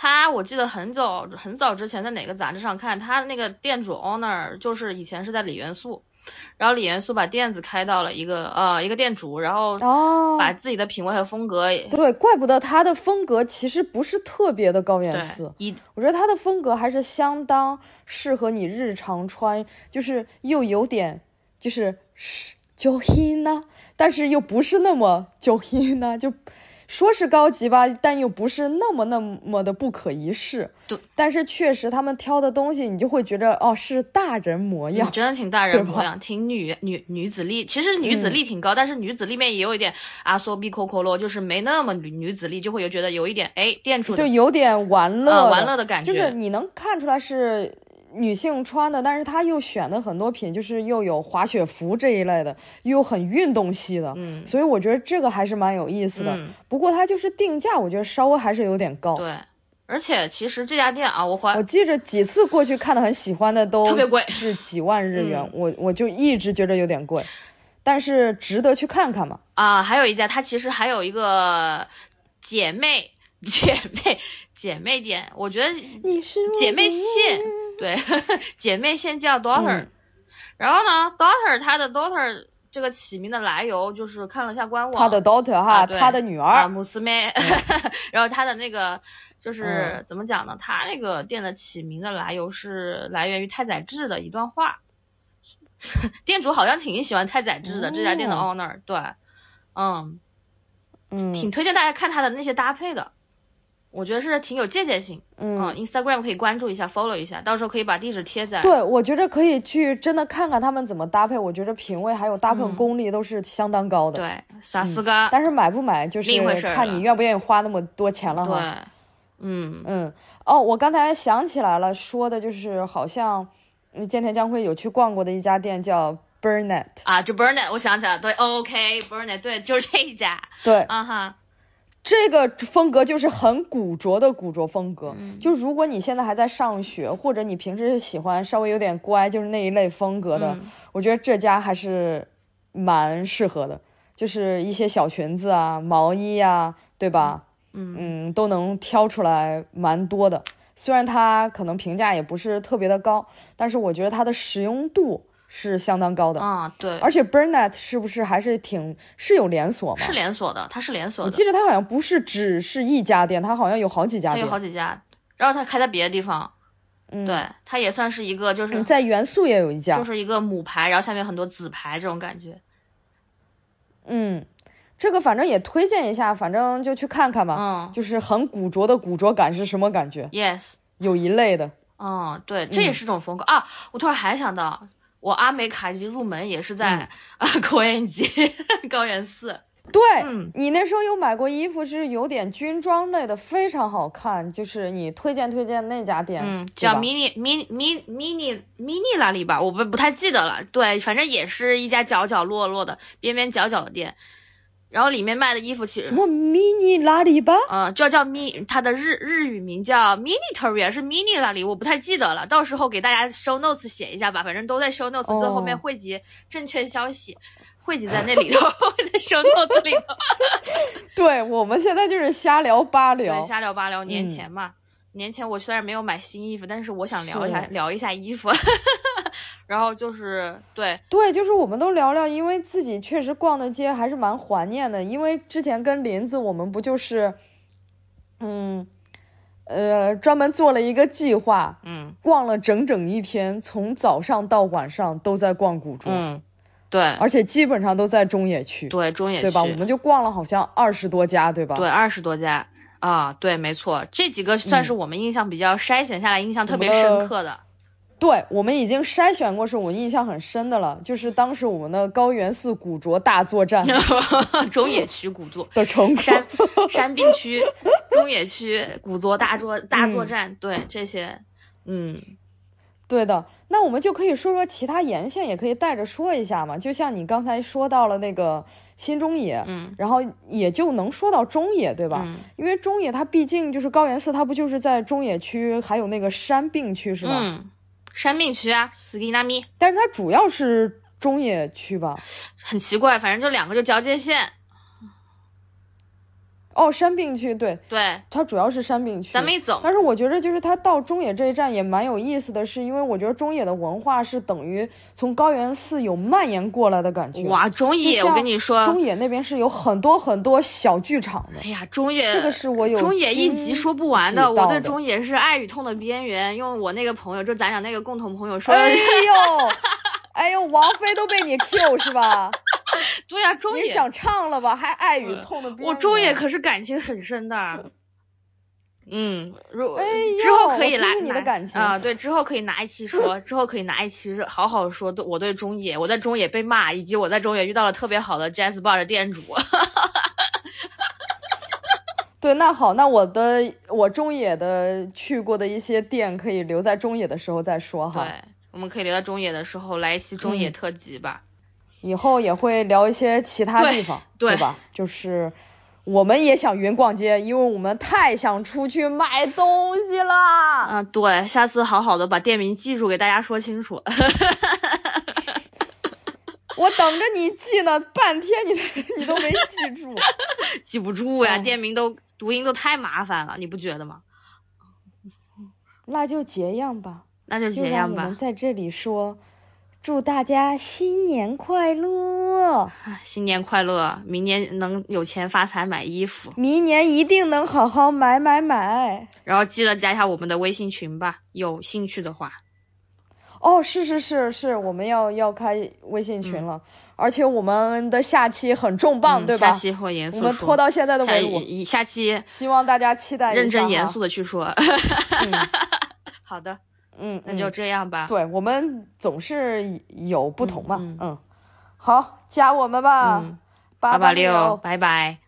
Speaker 1: 他我记得很早很早之前在哪个杂志上看，他那个店主 owner 就是以前是在李元素，然后李元素把店子开到了一个呃一个店主，然后
Speaker 2: 哦，
Speaker 1: 把自己的品味和风格也
Speaker 2: 对，怪不得他的风格其实不是特别的高
Speaker 1: 对
Speaker 2: 原寺，
Speaker 1: 一
Speaker 2: 我觉得他的风格还是相当适合你日常穿，就是又有点就是是 Johina，但是又不是那么 Johina，就说是高级吧，但又不是那么那么的不可一世。
Speaker 1: 对，
Speaker 2: 但是确实他们挑的东西，你就会觉得哦，是大人模样
Speaker 1: 嗯。真的挺大人
Speaker 2: 哎对吧嗯
Speaker 1: 模样，挺女女女子力。其实女子力挺高，但是女子力面也有一点阿索比 Coco 咯，就是没那么女女子力，就会有觉得有一点哎，店主
Speaker 2: 就
Speaker 1: 的
Speaker 2: 有点玩乐、
Speaker 1: 呃玩乐的感觉，
Speaker 2: 就是你能看出来是女性穿的，但是她又选的很多品，就是又有滑雪服这一类的，又有很运动系的，
Speaker 1: 嗯
Speaker 2: 所以我觉得这个还是蛮有意思的。
Speaker 1: 嗯，
Speaker 2: 不过它就是定价，我觉得稍微还是有点高。
Speaker 1: 对。而且其实这家店啊，我怀
Speaker 2: 我记着几次过去看的很喜欢的都
Speaker 1: 特别贵
Speaker 2: 是几万日元，
Speaker 1: 嗯
Speaker 2: 我我就一直觉得有点贵，但是值得去看看嘛。
Speaker 1: 啊，还有一家，它其实还有一个姐妹姐妹姐妹店，我觉得
Speaker 2: 你是我
Speaker 1: 姐妹
Speaker 2: 的
Speaker 1: 线，对，姐妹线
Speaker 2: 嗯
Speaker 1: 叫 daughter，、然后呢，daughter 它的 daughter 这个起名的来由就是看了一下官网，
Speaker 2: 嗯她的 daughter 哈，
Speaker 1: 啊对
Speaker 2: 她的女儿，嗯
Speaker 1: 啊，姆斯妹， [LAUGHS] 然后它的那个就是、怎么讲呢？它那个店的起名的来由是来源于太宰治的一段话， [LAUGHS] 店主好像挺喜欢太宰治的、这家店的
Speaker 2: 哦
Speaker 1: owner，对，嗯。
Speaker 2: 嗯
Speaker 1: 挺推荐大家看他的那些搭配的，我觉得是挺有借鉴性。
Speaker 2: 嗯
Speaker 1: 嗯，Instagram 可以关注一下，follow 一下，到时候可以把地址贴在。
Speaker 2: 对，我觉得可以去真的看看他们怎么搭配，我觉得品味还有搭配
Speaker 1: 嗯
Speaker 2: 功力都是相当高的。
Speaker 1: 对，萨
Speaker 2: 嗯
Speaker 1: 斯嘎，
Speaker 2: 但是买不买就是
Speaker 1: 另一回事儿
Speaker 2: 看
Speaker 1: 了
Speaker 2: 你愿不愿意花那么多钱了哈。
Speaker 1: 对，嗯
Speaker 2: 嗯，哦，我刚才想起来了，说的就是好像嗯菅田将晖有去逛过的一家店叫 Burnett，
Speaker 1: 啊，就 Burnet，我想起来了，对，OK，Burnet，对，就是这一家
Speaker 2: 对，
Speaker 1: 啊哈，
Speaker 2: 这个风格就是很古着的古着风格。
Speaker 1: 嗯
Speaker 2: 就如果你现在还在上学，或者你平时喜欢稍微有点乖，就是那一类风格的，
Speaker 1: 嗯
Speaker 2: 我觉得这家还是蛮适合的，就是一些小裙子啊、毛衣啊，对吧？
Speaker 1: 嗯
Speaker 2: 嗯，都能挑出来蛮多的。虽然它可能评价也不是特别的高，但是我觉得它的实用度是相当高的。
Speaker 1: 啊，对，
Speaker 2: 而且 Burnett 是不是还是挺是有连锁吗？
Speaker 1: 是连锁的，它是连锁
Speaker 2: 我
Speaker 1: 的，
Speaker 2: 记得它好像不是只是一家店，它好像有好几家
Speaker 1: 它
Speaker 2: 店
Speaker 1: 有。好几家，然后它开在别的地方，
Speaker 2: 嗯，
Speaker 1: 对，它也算是一个就是
Speaker 2: 嗯，在元素也有一家。
Speaker 1: 就是一个母牌，然后下面很多子牌这种感觉。
Speaker 2: 嗯，这个反正也推荐一下，反正就去看看吧。
Speaker 1: 嗯
Speaker 2: 就是很古着的古着感是什么感觉？
Speaker 1: ，yes，
Speaker 2: 有一类的，
Speaker 1: 嗯，对，这也是种风格、啊。我突然还想到，我阿美卡基入门也是在、 [LAUGHS] 啊高原街高原寺。
Speaker 2: 对、
Speaker 1: 嗯
Speaker 2: 你那时候有买过衣服，是有点军装类的，非常好看。就是你推荐推荐那家店，
Speaker 1: 嗯，
Speaker 2: 对吧
Speaker 1: 叫 mini mini mini mini mini 拉力吧，我不不太记得了。对，反正也是一家角角落落的、边边角角的店，然后里面卖的衣服其
Speaker 2: 什
Speaker 1: 实。
Speaker 2: 么 mini 拉力吧？
Speaker 1: 嗯，就叫 mi，它的日日语名叫 military 还是 mini 拉里，我不太记得了，到时候给大家 show notes 写一下吧，反正都在 show notes 最后面
Speaker 2: 哦
Speaker 1: 汇集正确消息，汇集在那里头，在 show notes 里头。
Speaker 2: 对，我们现在就是瞎聊八 [LAUGHS] 聊
Speaker 1: 对，。瞎聊八聊。年
Speaker 2: 嗯
Speaker 1: 前嘛，年前我虽然没有买新衣服，但是我想聊一下
Speaker 2: 是
Speaker 1: 聊一下衣服。 [LAUGHS] 然后就是对，
Speaker 2: 对，就是我们都聊聊，因为自己确实逛的街还是蛮怀念的。因为之前跟林子，我们不就是，嗯，呃，专门做了一个计划，
Speaker 1: 嗯
Speaker 2: 逛了整整一天，从早上到晚上都在逛古着，
Speaker 1: 嗯，对
Speaker 2: 而且基本上都在中野区，
Speaker 1: 对，中野
Speaker 2: 对吧？我
Speaker 1: 区
Speaker 2: 们就逛了好像二十多家，对吧？
Speaker 1: 对二十多家啊，对，没错，这几个算是我们印象比较筛选下来印象特别
Speaker 2: 嗯我们的
Speaker 1: 深刻的。
Speaker 2: 对，我们已经筛选过，是我印象很深的了，就是当时我们的高原寺古着大
Speaker 1: [LAUGHS]
Speaker 2: 作战
Speaker 1: 中野区古作
Speaker 2: 的成果。
Speaker 1: 山山滨区、中野区古作大作大作
Speaker 2: 嗯
Speaker 1: 战，对这些，嗯
Speaker 2: 对的，那我们就可以说说其他沿线，也可以带着说一下嘛。就像你刚才说到了那个新中野，
Speaker 1: 嗯
Speaker 2: 然后也就能说到中野，对吧？
Speaker 1: 嗯
Speaker 2: 因为中野它毕竟就是高原寺，它不就是在中野区，还有那个山并区是吧？
Speaker 1: 嗯，山滨区啊，斯基纳米，
Speaker 2: 但是它主要是中野区吧？
Speaker 1: 很奇怪，反正就两个就交界线。
Speaker 2: 哦，山并区，对，
Speaker 1: 对，
Speaker 2: 它主要是山并区。
Speaker 1: 咱们一走，
Speaker 2: 但是我觉着就是它到中野这一站也蛮有意思的是，因为我觉得中野的文化是等于从高原寺有蔓延过来的感觉。
Speaker 1: 哇，中野，
Speaker 2: 就像
Speaker 1: 我跟你说
Speaker 2: 中，野那边是有很多很多小剧场的
Speaker 1: 哎，呀，中野，
Speaker 2: 这个是我有
Speaker 1: 中野一集说不完
Speaker 2: 惊
Speaker 1: 的，
Speaker 2: 喜
Speaker 1: 我
Speaker 2: 到
Speaker 1: 对
Speaker 2: 的
Speaker 1: 中野是爱与痛的边缘。用我那个朋友，就咱俩那个共同朋友说的，
Speaker 2: 哎呦，哎呦，王菲都被你 Q 是吧？
Speaker 1: 对呀、中
Speaker 2: 你
Speaker 1: 野，
Speaker 2: 想唱了吧？还爱与痛的边缘
Speaker 1: 我中野可是感情很深的。嗯，如、
Speaker 2: 哎呦
Speaker 1: 之后可以
Speaker 2: 我听
Speaker 1: 来
Speaker 2: 听你的
Speaker 1: 拿
Speaker 2: 感情
Speaker 1: 啊、对，之后可以拿一期 [LAUGHS] 说，之后可以拿一期好好说对我对中野，我在中野被骂，以及我在中野遇到了特别好的 jazz bar 的店 [LAUGHS] 主。
Speaker 2: 对，那好，那我的我中野的去过的一些店可以留在中野的时候再说哈。
Speaker 1: 对，我们可以聊到中野的时候来一期中野特辑吧。
Speaker 2: 以后也会聊一些其他地方，
Speaker 1: 对对
Speaker 2: 吧？就是我们也想云逛街，因为我们太想出去买东西了。
Speaker 1: 啊，对，下次好好的把店名记住，给大家说清楚。 [LAUGHS]
Speaker 2: 我等着你记呢，半天你你都 [LAUGHS] 没记住。
Speaker 1: 记不住呀，
Speaker 2: 哎
Speaker 1: 店名都读音都太麻烦了，你不觉得吗？
Speaker 2: 那就结样吧，
Speaker 1: 那就
Speaker 2: 就
Speaker 1: 这
Speaker 2: 让
Speaker 1: 样
Speaker 2: 我
Speaker 1: 吧
Speaker 2: 们。在这里说，祝大家新年快乐，
Speaker 1: 啊新年快乐，明年能有钱发财买衣服，
Speaker 2: 明年一定能好好买买买。
Speaker 1: 然后记得加一下我们的微信群吧，有兴趣的话。
Speaker 2: 哦，是是是是，我们要要开微信群了，而且我们的下期很重磅，
Speaker 1: 嗯
Speaker 2: 对
Speaker 1: 下
Speaker 2: 吧？
Speaker 1: 期会严肃
Speaker 2: 我
Speaker 1: 说。
Speaker 2: 们拖到现在都
Speaker 1: 下
Speaker 2: 没录，
Speaker 1: 一下期
Speaker 2: 希望大家期待一下哈。嗯
Speaker 1: 认真严肃的去说。 [LAUGHS] 好的，
Speaker 2: 嗯，嗯，
Speaker 1: 那就这样吧。
Speaker 2: 对，我们总是有不同嘛，
Speaker 1: 嗯
Speaker 2: 嗯，好，加我们吧，
Speaker 1: 嗯，
Speaker 2: 八
Speaker 1: 八
Speaker 2: 八
Speaker 1: 六，拜拜。